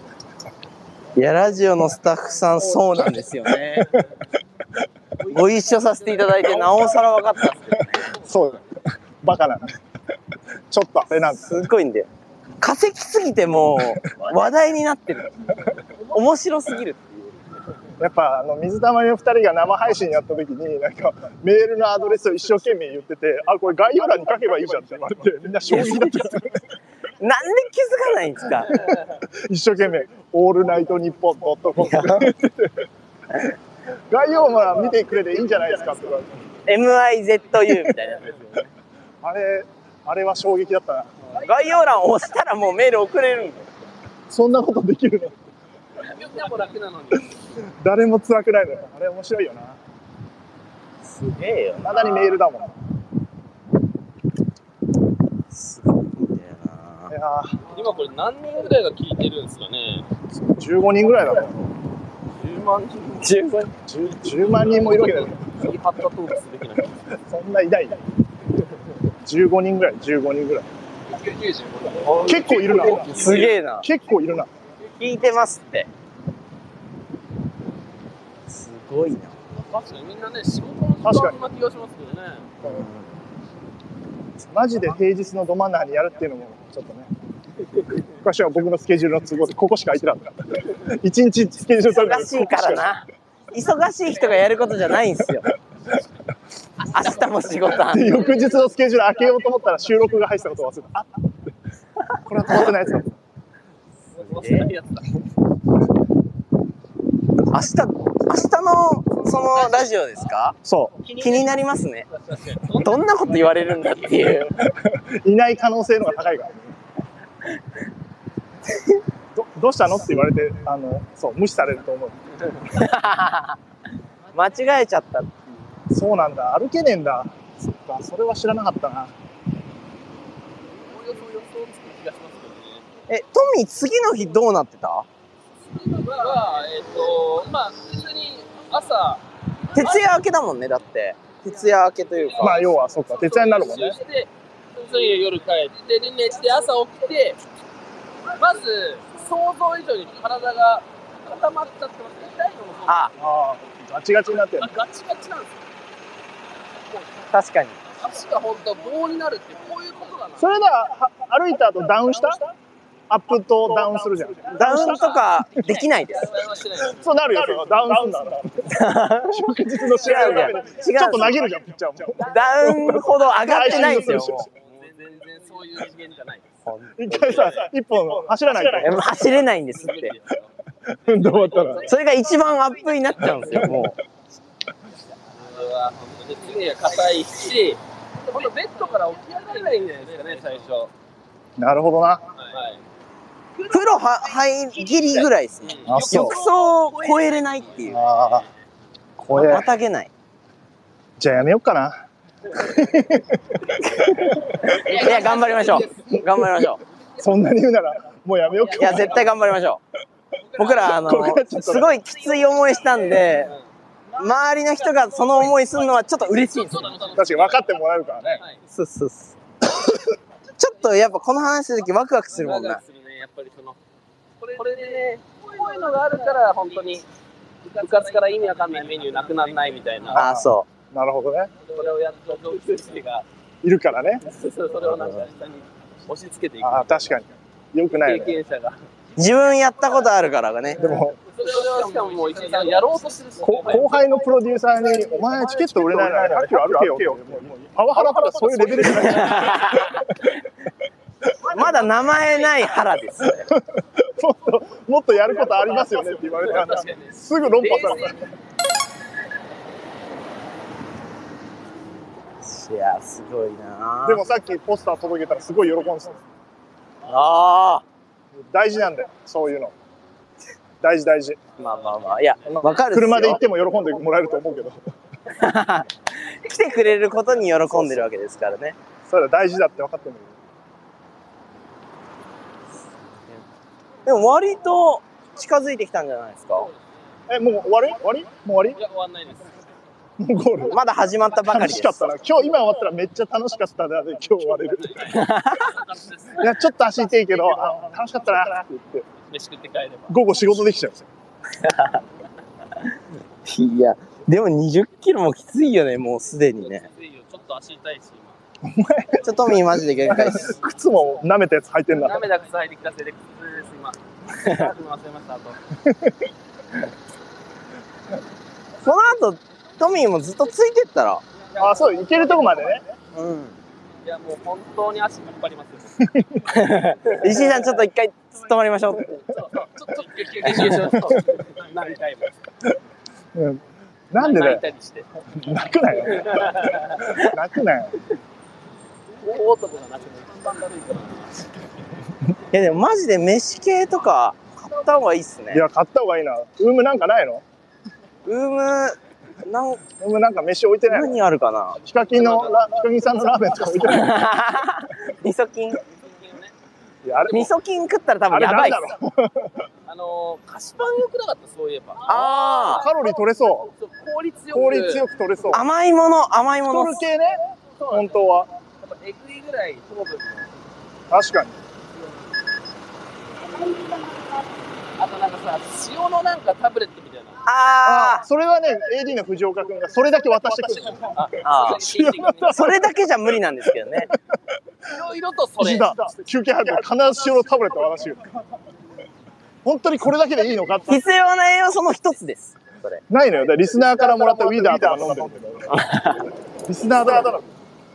Speaker 4: や、ラジオのスタッフさん、そうなんですよね。ご一緒させていただいて、なおさら分かったんですけ
Speaker 1: そうだ。バカなの。ちょっとあれなんです。
Speaker 4: ど、すっごいんだよ。化石すぎても う、話題になってる。面白すぎる。
Speaker 1: やっぱ、あの、水溜りの二人が生配信やった時に、なんか、メールのアドレスを一生懸命言ってて、あ、これ概要欄に書けばいいじゃんって言われて、みんな衝撃だ
Speaker 4: なん
Speaker 1: った。
Speaker 4: で気づかないんですか
Speaker 1: 一生懸命、オールナイトニッポンドットコム。 概要欄見てくれていいんじゃないですかって言われて。
Speaker 4: ?MIZU みたいな。
Speaker 1: あれ、あれは衝撃だったな。
Speaker 4: 概要欄を押したらもうメール送れるんだよ
Speaker 1: そんなことできるの
Speaker 3: みんなも楽なのに。
Speaker 1: 誰も辛くないのよ。あれ面白いよな。
Speaker 4: すげえよ
Speaker 1: まだにメールだもん。い
Speaker 4: すごいんだよな。
Speaker 1: や
Speaker 3: 今これ何人ぐらいが聞いてるんですかね。
Speaker 1: ー15人ぐらいだろ。
Speaker 3: 10万人。
Speaker 4: 十分。
Speaker 1: 10, 10万人もいるわけだよ。
Speaker 3: 次発達トークすべきな人。
Speaker 1: そんないない。15人ぐらい、15人ぐらい。結構いるな。
Speaker 4: すげえな。
Speaker 1: 結構いるな。
Speaker 4: 聞いてますって。すごいな。
Speaker 3: 確かにみんなね、仕事の時間な気がしますけどね。
Speaker 1: マジで平日のど真ん中にやるっていうのも、ちょっとね。昔は僕のスケジュールの都合でここしか空いてなかった。一日スケジュール取れ
Speaker 4: 忙しいからな。忙しい人がやることじゃないんです よ。あ明日も仕事あん
Speaker 1: で翌日のスケジュール開けようと思ったら収録が入ってたことを忘れた。あっこれは飛ばせないやつだ。
Speaker 3: 忘れないやつだ。
Speaker 4: 明日、明日のそのラジオですか
Speaker 1: そ
Speaker 4: 気になりますね。どんなこと言われるんだっていう。
Speaker 1: う。いない可能性の方が高いから。どどうしたのって言われて、あの、そう、無視されると思う。
Speaker 4: 間違えちゃった。
Speaker 1: そうなんだ、歩けねえんだ。そっか、それは知らなかったな。
Speaker 3: おおよそ予想つく気がしますけどね。
Speaker 4: え、トミー次の日どうなってた
Speaker 3: は、えっ、と、まあ、普通に朝、
Speaker 4: 徹夜明けだもんね、だって。徹夜明けというか。
Speaker 1: まあ、要は、そっか、徹夜になるもんね
Speaker 3: 練。習して、それで夜帰って、で、寝て、朝起きて、まず、想像以上に体が固まっちゃってますね。痛いのもそう
Speaker 4: あ、
Speaker 1: ああ、ガチガチになってる
Speaker 3: あ。ガチガチなんですよ。
Speaker 4: 確かに。
Speaker 3: 足が本当棒になるって、こういうことだな。
Speaker 1: それなら、は歩いた後ダウンしたアップとダウンするじゃん。
Speaker 4: ダウンとかできない です。
Speaker 3: それはしてないです
Speaker 1: そうなるよ、それはダウンするんだから。翌日の試合のために、
Speaker 4: 違う
Speaker 1: ちょっと投げるじゃん、ピッチャーも。
Speaker 4: ダウンほど上がってないんですよ。もう
Speaker 3: もう全然そういう次元じゃないです。
Speaker 1: 一回さ、一本走らない
Speaker 4: えもう走れないんですっ
Speaker 3: 無理
Speaker 4: て。
Speaker 3: ですよ
Speaker 1: と。運動終わったら。
Speaker 4: それが一番アップになっちゃうんですよ、も
Speaker 3: それは本当に次が硬いし、本当ベッドから起き上がれないんじゃないですかね、最初。は
Speaker 1: なるほどな。
Speaker 3: い。
Speaker 4: う。プロは入りぎりぐらいですね。
Speaker 1: あ、そ。
Speaker 4: 浴槽を超えれないっていうう。
Speaker 1: ああ、怖え
Speaker 4: ま。たげない。
Speaker 1: じゃあやめようかな。
Speaker 4: いや、頑張りましょう。頑張りましょう。
Speaker 1: そんなに言うなら、もうやめようか
Speaker 4: いや、絶対頑張りましょう。僕ら、あの、すごいきつい思いしたんで、周りの人がその思いするのはちょっと嬉しいです。
Speaker 1: 確かに分かってもらえるからね。
Speaker 4: そうそうそう。ちょっとやっぱこの話するときワクワクするもんな。
Speaker 3: するね、やっぱりその、これこれでね、こういうのがあるから、本当に、部活から意味わかんないメニューなくならないみたいな、
Speaker 4: ああ、そ
Speaker 1: なるほどね。
Speaker 3: それをやった同級生が、
Speaker 1: いるからね。
Speaker 3: そうそうそれをなんか下に押し付けていく。
Speaker 1: ああ、確かに。よくない
Speaker 3: 経
Speaker 1: よね。
Speaker 3: 験者が。
Speaker 4: う。自分やったことあるからがね。
Speaker 1: でも、
Speaker 3: それをしかももう一時間やろうとする
Speaker 1: こ後輩のプロデューサーに、お前チケット売れないなら100キロ歩けよって。もうもうパワハラからそういうレベルじゃない。
Speaker 4: まだ名前ない腹です。
Speaker 1: もっと、もっとやることありますよねって言われたら、
Speaker 3: 確かにね。
Speaker 1: すぐ論破された。
Speaker 4: いや、すごいなあ
Speaker 1: でもさっきポスター届けたらすごい喜んでた。
Speaker 4: あ
Speaker 1: 大事なんだよ、そういうの。大事大事。
Speaker 4: あ、まあまあまあ。いや、わかるっすよ
Speaker 1: 車で行っても喜んでもらえると思うけど、
Speaker 4: 来てくれることに喜んでるわけですからね。
Speaker 1: それは大事だって分かってるんだ
Speaker 4: でも割と近づいてきたんじゃないですか。
Speaker 1: けど。え、もう終わり終わりもう終わ
Speaker 3: いや、終わんないです。
Speaker 1: りもうゴール
Speaker 4: まだ始まったばかり
Speaker 1: 楽
Speaker 4: で
Speaker 1: し
Speaker 4: す
Speaker 1: かっ。たな。今日、今終わったらめっちゃ楽しかったなで、今日終われる。いや、ちょっと足痛いけど、あ楽しかったなって言って、
Speaker 3: 飯食って帰れば。
Speaker 1: 午後仕事できちゃうんですよ。
Speaker 4: いや、でも20キロもきついよね、もうすでにね。
Speaker 3: きついよちょっと足痛いし、
Speaker 4: ちょっとトミーマジで限界です。
Speaker 1: 靴も舐めたやつ履いてん
Speaker 3: 今。
Speaker 1: な。
Speaker 3: 涙くさいてきたせいで、苦痛です、今。あと忘れました、あと。
Speaker 4: その後、トミーもずっとついてったら。
Speaker 1: あ、そう、行けるとこまでね。
Speaker 4: うん。
Speaker 3: いや、もう本当に足引っ張りますよ。
Speaker 4: 石井さん、ちょっと一回、止まりましょう。
Speaker 3: そうそうちょっと休憩しましょう。何回も。
Speaker 1: うんなんでだ
Speaker 3: 泣い
Speaker 1: よ。
Speaker 3: たりして。
Speaker 1: 泣くな よ。泣くなよ。
Speaker 3: 大男が泣くの一番だるいから。
Speaker 4: いや、でもマジで飯系とか、買った方がいいっすね
Speaker 1: い。や、買った方がいいな。ウームなんかないの
Speaker 4: ウーム、なん、
Speaker 1: ウームなんか飯置いてないの
Speaker 4: 何あるか な
Speaker 1: ヒカキンのラ、ヒカキンさんのラーメンとか置いてないの
Speaker 4: 味噌菌
Speaker 1: いやあれ
Speaker 4: 味噌菌食ったら多
Speaker 1: あ
Speaker 4: 分
Speaker 1: れ
Speaker 4: や
Speaker 1: な
Speaker 4: ば
Speaker 1: ん
Speaker 4: いっ
Speaker 1: だ
Speaker 4: す。
Speaker 1: ろう。
Speaker 3: あのー、菓子パン良くなかった、そういえば。
Speaker 4: あ
Speaker 1: カロリー取れそう。
Speaker 3: そう効率よく。
Speaker 1: 効率よく取れそう。
Speaker 4: あ、甘いもの、甘いも
Speaker 1: 太
Speaker 4: の
Speaker 1: る。系ね。本当は。
Speaker 3: やっぱえぐいぐらい糖分も。
Speaker 1: 確かに。
Speaker 3: あとなんかさ、塩のなんかタブレットみたいな。
Speaker 1: あ
Speaker 4: あ
Speaker 1: それはね、AD の藤岡君がそれだけ渡してくる。
Speaker 4: あ、ああ。
Speaker 3: い
Speaker 4: それだけじゃ無理なんですけどね。
Speaker 3: ろいろとそ
Speaker 1: 石
Speaker 3: れ。
Speaker 1: 田、休憩入ると必ず塩のタブレットを渡してくる。本当にこれだけでいいのかって。
Speaker 4: 必要な栄養素の一つです。それ。
Speaker 1: ないのよ。だからリスナーからもらったウィーダーとか飲んでるんだけど。リスナーだら。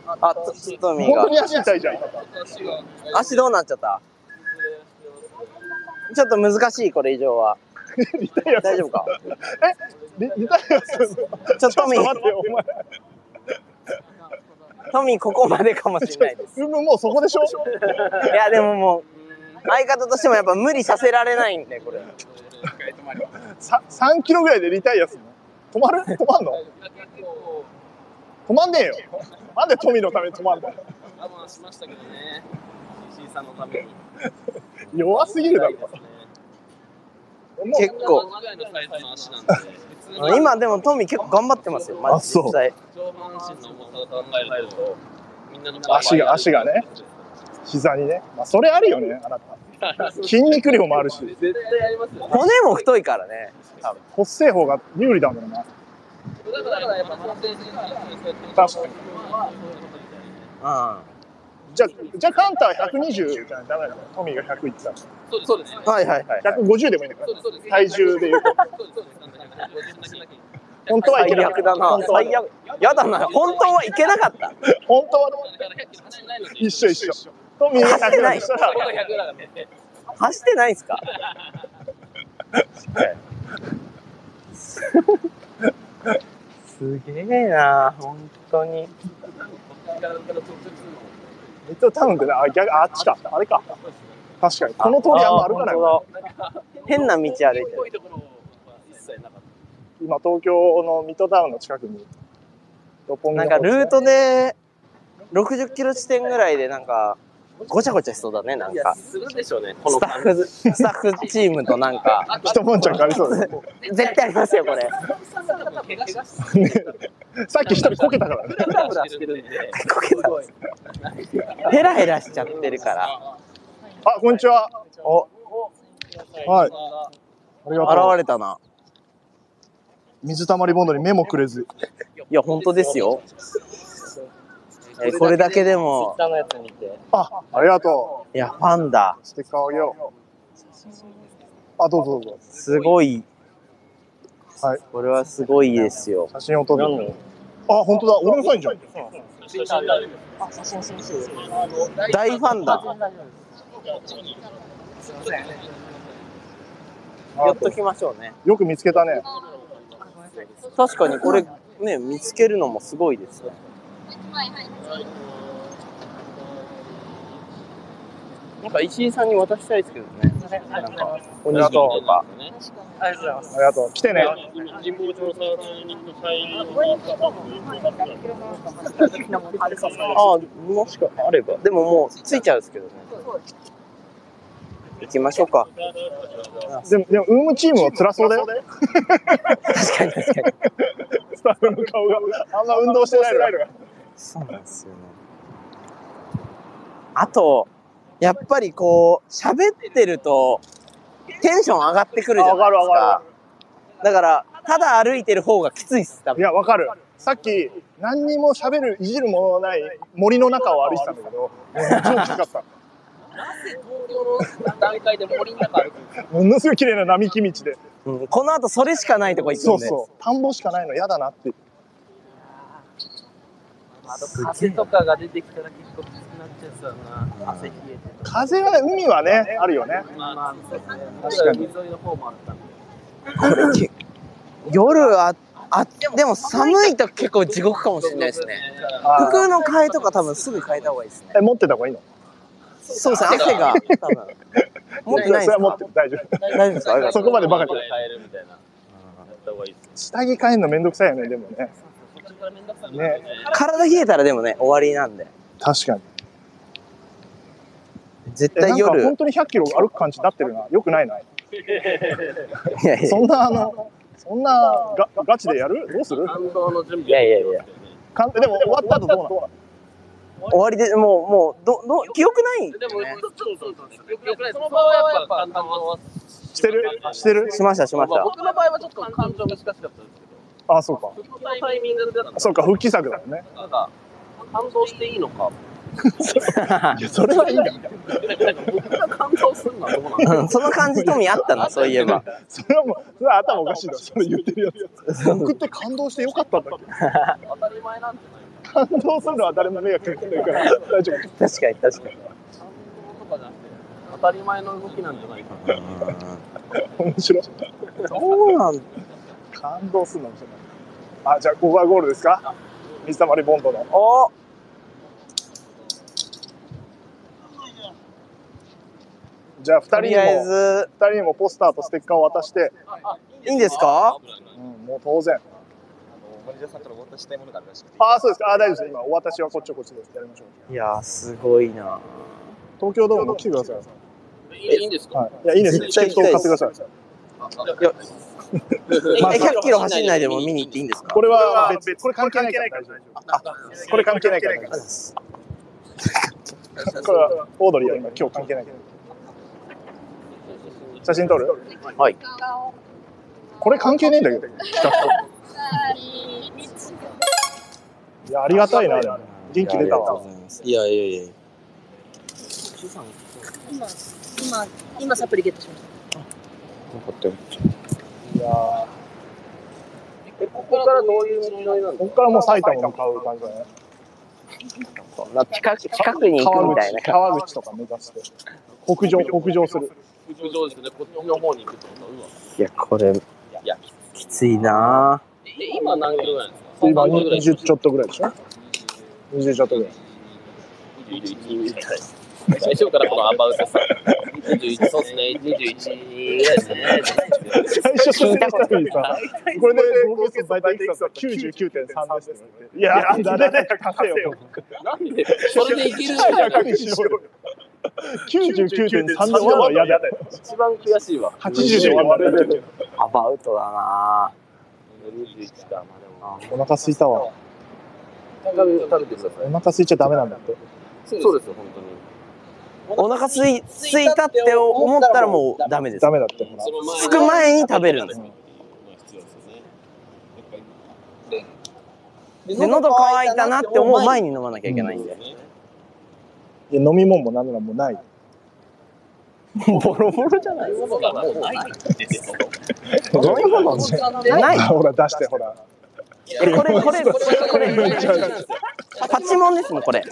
Speaker 4: あ、とトミー
Speaker 1: 本
Speaker 4: が
Speaker 1: 当。に足痛いじゃん。
Speaker 3: 私は
Speaker 4: 足どうなっちゃったちょっと難しい、これ以上 は。
Speaker 1: リタイア
Speaker 4: 大丈夫 か
Speaker 1: リリタイアするの。ちょ
Speaker 4: ちょっ
Speaker 1: っと
Speaker 4: とトミ
Speaker 1: 待
Speaker 4: ー
Speaker 1: っ、てよ、お前。
Speaker 4: トミーここまでかもしれないです。
Speaker 1: うむ、もうそこでしょ
Speaker 4: いや、でももう、相方としてもやっぱ無理させられないんで、これ。
Speaker 1: さ ?3 キロぐらいでリタイアするの止まる止まんの止まんねえよ。なんでトミーのために止まんの
Speaker 3: 我慢しましたけどね。石井さんのために。
Speaker 1: 弱すぎるだろ。もう
Speaker 4: 結構。
Speaker 3: ぐらいのサイズの足なんで。普通の
Speaker 4: 今でもトミー結構頑張ってますよ、マ
Speaker 1: あ
Speaker 4: ジで
Speaker 1: そう
Speaker 4: 実際。
Speaker 3: 上半身の重さを考えると、みんなの
Speaker 1: 足が足がね。膝にね。まあ、それあるよね、あなた。筋肉量もあるし。
Speaker 3: 絶対やりますよ。
Speaker 4: 骨も太いからね。
Speaker 1: 発生法が有利だもんな。
Speaker 3: だからやっぱその選手が
Speaker 1: 確かに。
Speaker 4: うん。
Speaker 1: じゃあ、じゃあカンタは120じゃないダメだよ。トミーが100いってたら。
Speaker 3: そうですそうです。
Speaker 4: はいはいはい。
Speaker 1: 150でもいいんだから。
Speaker 3: そうです
Speaker 1: 体重で言うと。
Speaker 3: そうですそうです。
Speaker 1: 本当はいけ
Speaker 4: 最
Speaker 1: なか
Speaker 4: 悪
Speaker 1: った。
Speaker 4: だな
Speaker 1: 本。当は
Speaker 4: 最悪。やだな。本当はいけなかった。
Speaker 1: 本当はね一緒一緒。トミーが100だとしたら
Speaker 3: 僕、が100だからね。
Speaker 4: 走ってないん すかすげえな本当に。
Speaker 1: ミッドタウンってね、あ、逆、ああっちか。あれか。確かに。この通りあんま歩かないもんね。
Speaker 4: 本当だ変な道歩いてる。
Speaker 1: 今、東京のミッドタウンの近くに、六本木
Speaker 4: な
Speaker 1: の
Speaker 4: んか
Speaker 1: 方ですね
Speaker 4: ルートで60キロ地点ぐらいでなんかごちゃごちゃしそうだね、なんか。
Speaker 6: するでしょうね。こ
Speaker 4: ス
Speaker 6: の
Speaker 4: タッフ、スタッフチームとなんか、
Speaker 1: 一悶着ありそうですね。
Speaker 4: 絶対ありますよ、これ。
Speaker 1: さっき一人こけたからね。
Speaker 3: フラフラしてるんで、
Speaker 4: こけたヘラヘラしちゃってるから。
Speaker 1: あ、こんにちは。お、はい。ありがとう。
Speaker 4: 現れたな。
Speaker 1: 水溜りボンドに目もくれず。
Speaker 4: いや、本当ですよ。えーこれだけでも、
Speaker 3: 下のやつ見て。
Speaker 1: あ、ありがと
Speaker 4: いや、ファンだ。
Speaker 1: う。ステッカーあげよう。あ、どうぞどうぞ。
Speaker 4: すごい。
Speaker 1: はい。
Speaker 4: これはすごいですよ。
Speaker 1: 写真を撮る。あ、本当だ。俺のサインじゃん。
Speaker 4: 大ファンだ。やっときましょうね。
Speaker 1: よく見つけたね。
Speaker 4: 確かにこれ、ね、見つけるのもすごいですね。なんか石井さんに渡したいですけどね。なんか、おにぎりとか。
Speaker 1: ありがとう。来てね。
Speaker 4: ああ、もしかあれば。でももう、ついちゃうんですけどね。行きましょうか。
Speaker 1: でも、でも、ウームチームは辛そうだよ。
Speaker 4: 確かに確かに。
Speaker 1: スタッフの顔が。あんま運動してないのが。
Speaker 4: そうなんですよね。あと、やっぱりこう、喋ってると、テンション上がってくるじゃないですか。だから、ただ歩いてる方がきついっす、多
Speaker 1: い
Speaker 4: 分。
Speaker 1: や、わかる。さっき、何にも喋る、いじるもののない森の中を歩いてたんだけど、もう超きつかった。
Speaker 3: 段階で森の中歩く。
Speaker 1: ものすごい綺麗な並木道で。
Speaker 4: うんこの後それしかないとこ行
Speaker 1: そ
Speaker 4: くん
Speaker 1: う
Speaker 4: で。
Speaker 1: そう。田んぼしかないの嫌だなって。
Speaker 3: あと風とかが出てきたら結構きつくなっちゃうそうだな。汗冷えてと
Speaker 1: 風は、海はね、あるよね。
Speaker 3: か。まあ、そうですね。
Speaker 1: 確かに
Speaker 3: 海沿いの方もあったんで。
Speaker 4: 夜あ、あ、でも寒いと結構地獄かもしれないですね。
Speaker 1: あー
Speaker 4: 服の替えとか多分すぐ変えた方がいいですね。
Speaker 1: え、持ってた方がいいの
Speaker 4: そうですね、汗が多分。持ってないで
Speaker 1: そ
Speaker 4: す
Speaker 1: れは
Speaker 4: か
Speaker 1: 持ってる大丈夫。
Speaker 4: 大丈夫ですかありがと
Speaker 1: そうこまでバカじゃない
Speaker 3: 変えるみたいな。やった方がいいです。
Speaker 1: 下着変えるのめんどくさいよね、でもね。ね、
Speaker 4: 体冷えたらでもね、終わりなんで。
Speaker 1: 確かに。
Speaker 4: 絶
Speaker 1: えな
Speaker 4: 対
Speaker 1: んか
Speaker 4: 夜
Speaker 1: 本。当に100キロ歩く感じになってるな。よくないな。
Speaker 4: いやいや
Speaker 1: そんな、あの、そんなガガチでやるどうする
Speaker 3: 感動の準
Speaker 4: い
Speaker 3: 備。
Speaker 4: やいやいや。
Speaker 1: かんでも終わった後どうなの
Speaker 4: 終わりで、もう、もう、ど、ど、記憶ない、ね。
Speaker 3: でも、そうそうそう。その場合はやっぱ感動は
Speaker 1: してるしてる
Speaker 4: しました、しまし
Speaker 3: まあ
Speaker 4: た。
Speaker 3: 僕の場合はちょっと感情難しかったんですけ
Speaker 1: あ、そうか。
Speaker 3: ど、そのタイミングだった
Speaker 1: そうか、復帰作だよね。
Speaker 3: なんか、感動していいのか、
Speaker 1: いや、それはいいんだ。
Speaker 3: なんか僕が感動するのはどうなのか
Speaker 4: うんその感じ、トミーあった な、そういえば。
Speaker 1: それはもう、それは頭おかしいだろ。それ言ってるやつ。送って感動してよかったんだけど。
Speaker 3: 当たり前なんじゃない
Speaker 1: 感動するのは誰も迷惑かけないから、大丈夫。
Speaker 4: 確かに、確かに。
Speaker 3: 感動とかじゃなくて、当たり前の動きなんじゃないかな。
Speaker 1: 面白い。
Speaker 4: そうなん
Speaker 1: 感動するの面白い。あ、じゃあ、ここがゴールですか水溜りボンドの。
Speaker 4: お
Speaker 1: じゃあ、二人
Speaker 4: と
Speaker 1: に
Speaker 4: りあえ
Speaker 1: も、
Speaker 4: ず、
Speaker 1: 二人にもポスターとステッカーを渡して、
Speaker 4: いいんですか
Speaker 1: うん、もう当然。
Speaker 7: マネージャーさんからお渡ししたいものがあるらしくて。
Speaker 1: ああ、そうですか。あー大丈夫です。今、お渡しはこっちをこっちでやりましょう。
Speaker 4: いやー、すごいな。
Speaker 1: 東京ドームも来てください。
Speaker 3: いいんですか
Speaker 1: はい。いや、いいです。チ
Speaker 4: 絶対
Speaker 1: ケットを買ってください。
Speaker 4: え、
Speaker 1: まあ
Speaker 4: 100キロ走んないでも見に行っていいんですか
Speaker 1: これは別、これ関係ないから大丈夫。これ関係ないから大丈夫。これは、オードリーは今、今日関係ないから。写真撮る
Speaker 4: はい。
Speaker 1: これ関係ねえんだけど。いや、ありがたいな。でも元気出たわ。
Speaker 4: いやいやいや。
Speaker 8: 今、今、今サプリゲットしました。
Speaker 1: いやー
Speaker 3: えここからどういう道のりなんです
Speaker 1: こっからもう埼玉向かう感じだね。
Speaker 4: そんな近く、近くに行く
Speaker 1: 川
Speaker 4: みたいな
Speaker 1: 口、。川口とか目指して。北上、北上する。
Speaker 3: か上ですね、こっちの方に行くってことうわ
Speaker 4: いや、これ、いや、きついな
Speaker 3: で今何キロぐらいなんですか
Speaker 1: 今20ちょっとぐらいでしょ ?20 ちょっとぐらい。
Speaker 3: 21ぐらい最初からこのアバウトさ21そうですね21ぐらいですね
Speaker 1: 最初聞いたことにさ、これで合計数大体いくつだったら99.3ですって言われて。いや、誰だよ、稼よ。
Speaker 3: なんでそれでいけるんだ
Speaker 1: 100にしろよ。 99.3で終わるのは嫌だよ。
Speaker 3: 一番悔しいわ。
Speaker 1: 80で終わるのは嫌だよ。
Speaker 4: アバウトだな
Speaker 3: 21か。まあでも
Speaker 1: お腹すいたわ。
Speaker 3: 食べ食べてください。
Speaker 1: お腹すいちゃダメなんだって。
Speaker 3: そうですよ、本当に。
Speaker 4: お腹すい、すいたって思ったらもうダメです
Speaker 1: ダ。メだって。ほら
Speaker 4: 着く前に食べるんです。で、喉乾いたなって思う前に飲まなきゃいけないんで。
Speaker 1: いや飲み物もなんならもうない。
Speaker 4: ボロボロじゃない
Speaker 3: ものがもうないですよ。
Speaker 1: 飲み物
Speaker 8: お茶のね
Speaker 4: ない
Speaker 1: ほら出してほら。
Speaker 4: これ、これ、これ、これ、
Speaker 1: ちゃうじゃん
Speaker 4: パチモンですもん、これ。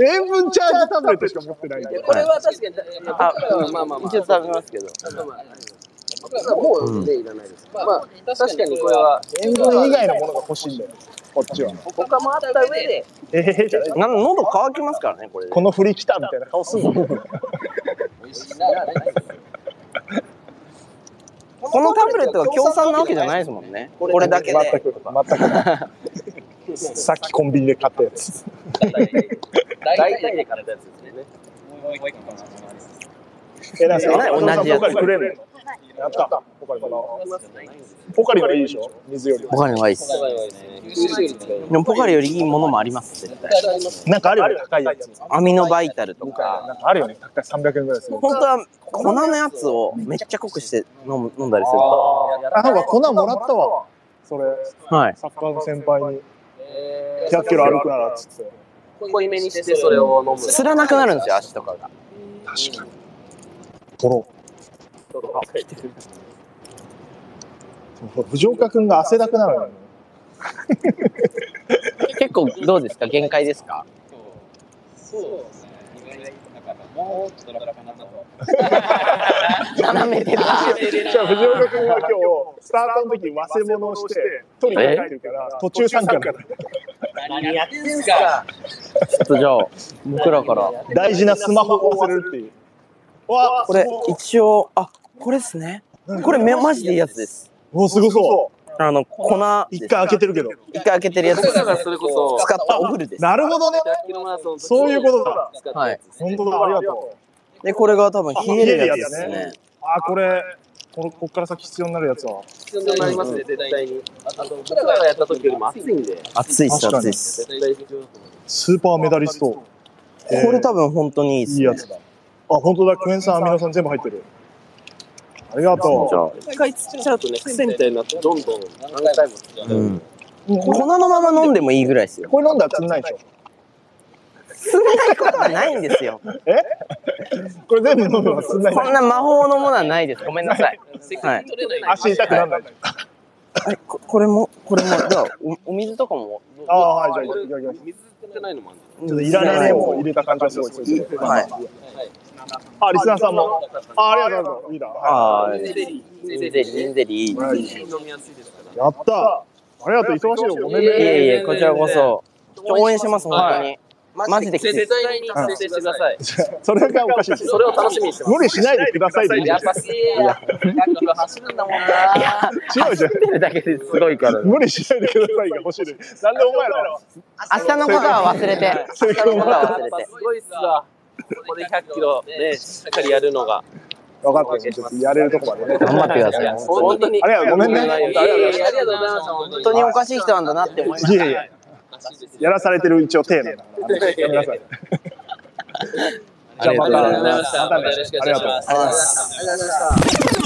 Speaker 1: 塩分チャージタブレットしか持ってないんだよ。
Speaker 8: これは確かに、
Speaker 4: あ、
Speaker 8: あ
Speaker 4: まあまあまあ。一応食べますけど。
Speaker 3: もうね、いらないです。まあ、確かにこれは、
Speaker 1: 塩分以外のものが欲しいんだよ。こっちは。
Speaker 8: 他もあった上で、
Speaker 1: えへへじゃない。
Speaker 4: な喉乾きますからね、これで
Speaker 1: こ。の振り来たみたいな顔すんの。
Speaker 4: このタブレットが協賛なわけじゃないですもんね。これだけ
Speaker 1: 全
Speaker 4: で。
Speaker 1: く、全く。さっきコンビニで買ったやつ。
Speaker 3: 大体で買ったやつですね。
Speaker 1: え、なんすか
Speaker 4: 同じやつ
Speaker 1: ポカリくれるのやった。ポカリもらおうポカリはいいでしょ水より
Speaker 4: ポ
Speaker 1: は。
Speaker 4: カリのはいいっす。でもポカリよりいいものもあります、絶対。
Speaker 1: なんかあるよね、高いやつ。
Speaker 4: アミノバイタルとか。
Speaker 1: なんかあるよね、高い300円ぐらいする。
Speaker 4: 本当は粉のやつをめっちゃ濃くして飲む飲んだりすると。
Speaker 1: あ、なんか粉もらったわ。それ、
Speaker 4: はい。
Speaker 1: サッカーの先輩に。100キロ歩くならっつって。
Speaker 3: 濃いめにしてそれを飲む。
Speaker 4: すらなくなるんですよ、足とかが。
Speaker 1: とろ。藤岡くんが汗だくなのよ。
Speaker 4: 結構どうですか限界ですか斜めで
Speaker 1: じゃあ藤岡君が今日スタートの時忘れ物をして取りに帰ってるから途中参加だ
Speaker 4: ちょっとじゃあ、僕らから。
Speaker 1: 大事なスマホを忘れるっていうわ
Speaker 4: これ、一応、あ、これですね。これ、め、マジでいいやつです。
Speaker 1: おすごそ
Speaker 4: あの、粉
Speaker 1: う
Speaker 4: です
Speaker 1: 一回開けてるけど
Speaker 4: 一回開けてるやつです。
Speaker 3: 僕
Speaker 4: 使
Speaker 3: らがそれこそ、
Speaker 4: ったオフルです。
Speaker 1: なるほどね
Speaker 3: 100キロマラソンの時に
Speaker 1: そういうことだ
Speaker 3: 使った
Speaker 4: は
Speaker 3: や
Speaker 4: い
Speaker 3: つ。
Speaker 1: 本当だありがとう
Speaker 4: で、これが多分冷えるやつです
Speaker 1: 冷えるや
Speaker 4: ね。
Speaker 1: あこれこのこっから先必要になるやつは
Speaker 3: 必要になりますね、絶対に。あと、僕らがやった時よりも暑いんで、
Speaker 4: 熱いっす、
Speaker 1: 確かに
Speaker 4: 熱いっす。
Speaker 3: 絶対必要だと思います。
Speaker 1: スーパーメダリスト
Speaker 4: これ多分本当にいいっ
Speaker 1: い
Speaker 4: す
Speaker 1: い
Speaker 4: ね。
Speaker 1: やつだあ本当だクエン酸アミノ酸全部入ってるありが
Speaker 4: じゃ
Speaker 1: と
Speaker 4: あ、
Speaker 3: 一回釣っちゃうとね、癖みたいになって、どんどん何回も釣っちゃう。
Speaker 4: うん。
Speaker 1: うこ
Speaker 4: 粉のまま飲んでもいいぐらいですよ。
Speaker 1: これ飲んだら釣んないでしょ
Speaker 4: そんなことはないんですよ。
Speaker 1: これ全部飲むのは釣んないで
Speaker 4: こんな魔法のものはないです。ごめんなさい。はい。
Speaker 1: 足痛くなんない
Speaker 4: あれここれも、これも、じゃあ、おお水とかも。
Speaker 1: ああはいじゃあいただきます
Speaker 3: 水ってないのもあるんで
Speaker 1: ちょっといらないね
Speaker 4: ね
Speaker 1: も入れた感じがすごいする。
Speaker 4: はい。
Speaker 1: あ、リスナーさんも。あ、ありがとうございます。リーダー。
Speaker 4: ああ、
Speaker 3: す
Speaker 4: ジ
Speaker 3: ゼリー、ゼ
Speaker 4: ン
Speaker 3: リ
Speaker 4: ゼリー、ジ
Speaker 3: ー、
Speaker 4: ンゼリー。
Speaker 1: はい
Speaker 3: 飲みやすいですから。
Speaker 1: やったありがとう。忙しいよ。ごめん
Speaker 4: い
Speaker 1: ね。
Speaker 4: えいえ、こちらこそ。応援してます、本当に。マジできついで
Speaker 3: 絶
Speaker 4: す。
Speaker 3: 対に達成してください。
Speaker 1: それがおかしいです。
Speaker 3: それを楽しみにしてます。
Speaker 1: 無理しないでくださいでいいで
Speaker 3: やっ
Speaker 1: す。
Speaker 3: ぱすげえや。100キロ走るんだもんな。
Speaker 1: 違うじゃん。
Speaker 4: 出るだけですごいから。
Speaker 1: 無理しないでくださいが欲しいで。なんでお前らは。
Speaker 4: 明日のことは忘れて。
Speaker 1: それ
Speaker 4: 明日のこと
Speaker 3: や
Speaker 4: は
Speaker 3: っ
Speaker 4: 忘
Speaker 3: ぱ
Speaker 4: れて
Speaker 3: す。ごいっすわ。ここで100キロね、しっかりやるのが。
Speaker 1: 分かったよ。ちょっとやれるとこまでね。
Speaker 4: 頑張ってください。
Speaker 3: 本当に。
Speaker 1: ありがとう。ごめんね。
Speaker 3: いやいやいやありがとうございます。
Speaker 4: 本当におかしい人なんだなって思いま
Speaker 1: い
Speaker 4: し
Speaker 1: やいや。やらされてる一応テーマだから。やめなさい。
Speaker 4: た。ありがとうございます。
Speaker 1: またね。ありがとう。
Speaker 4: ありがとうございました。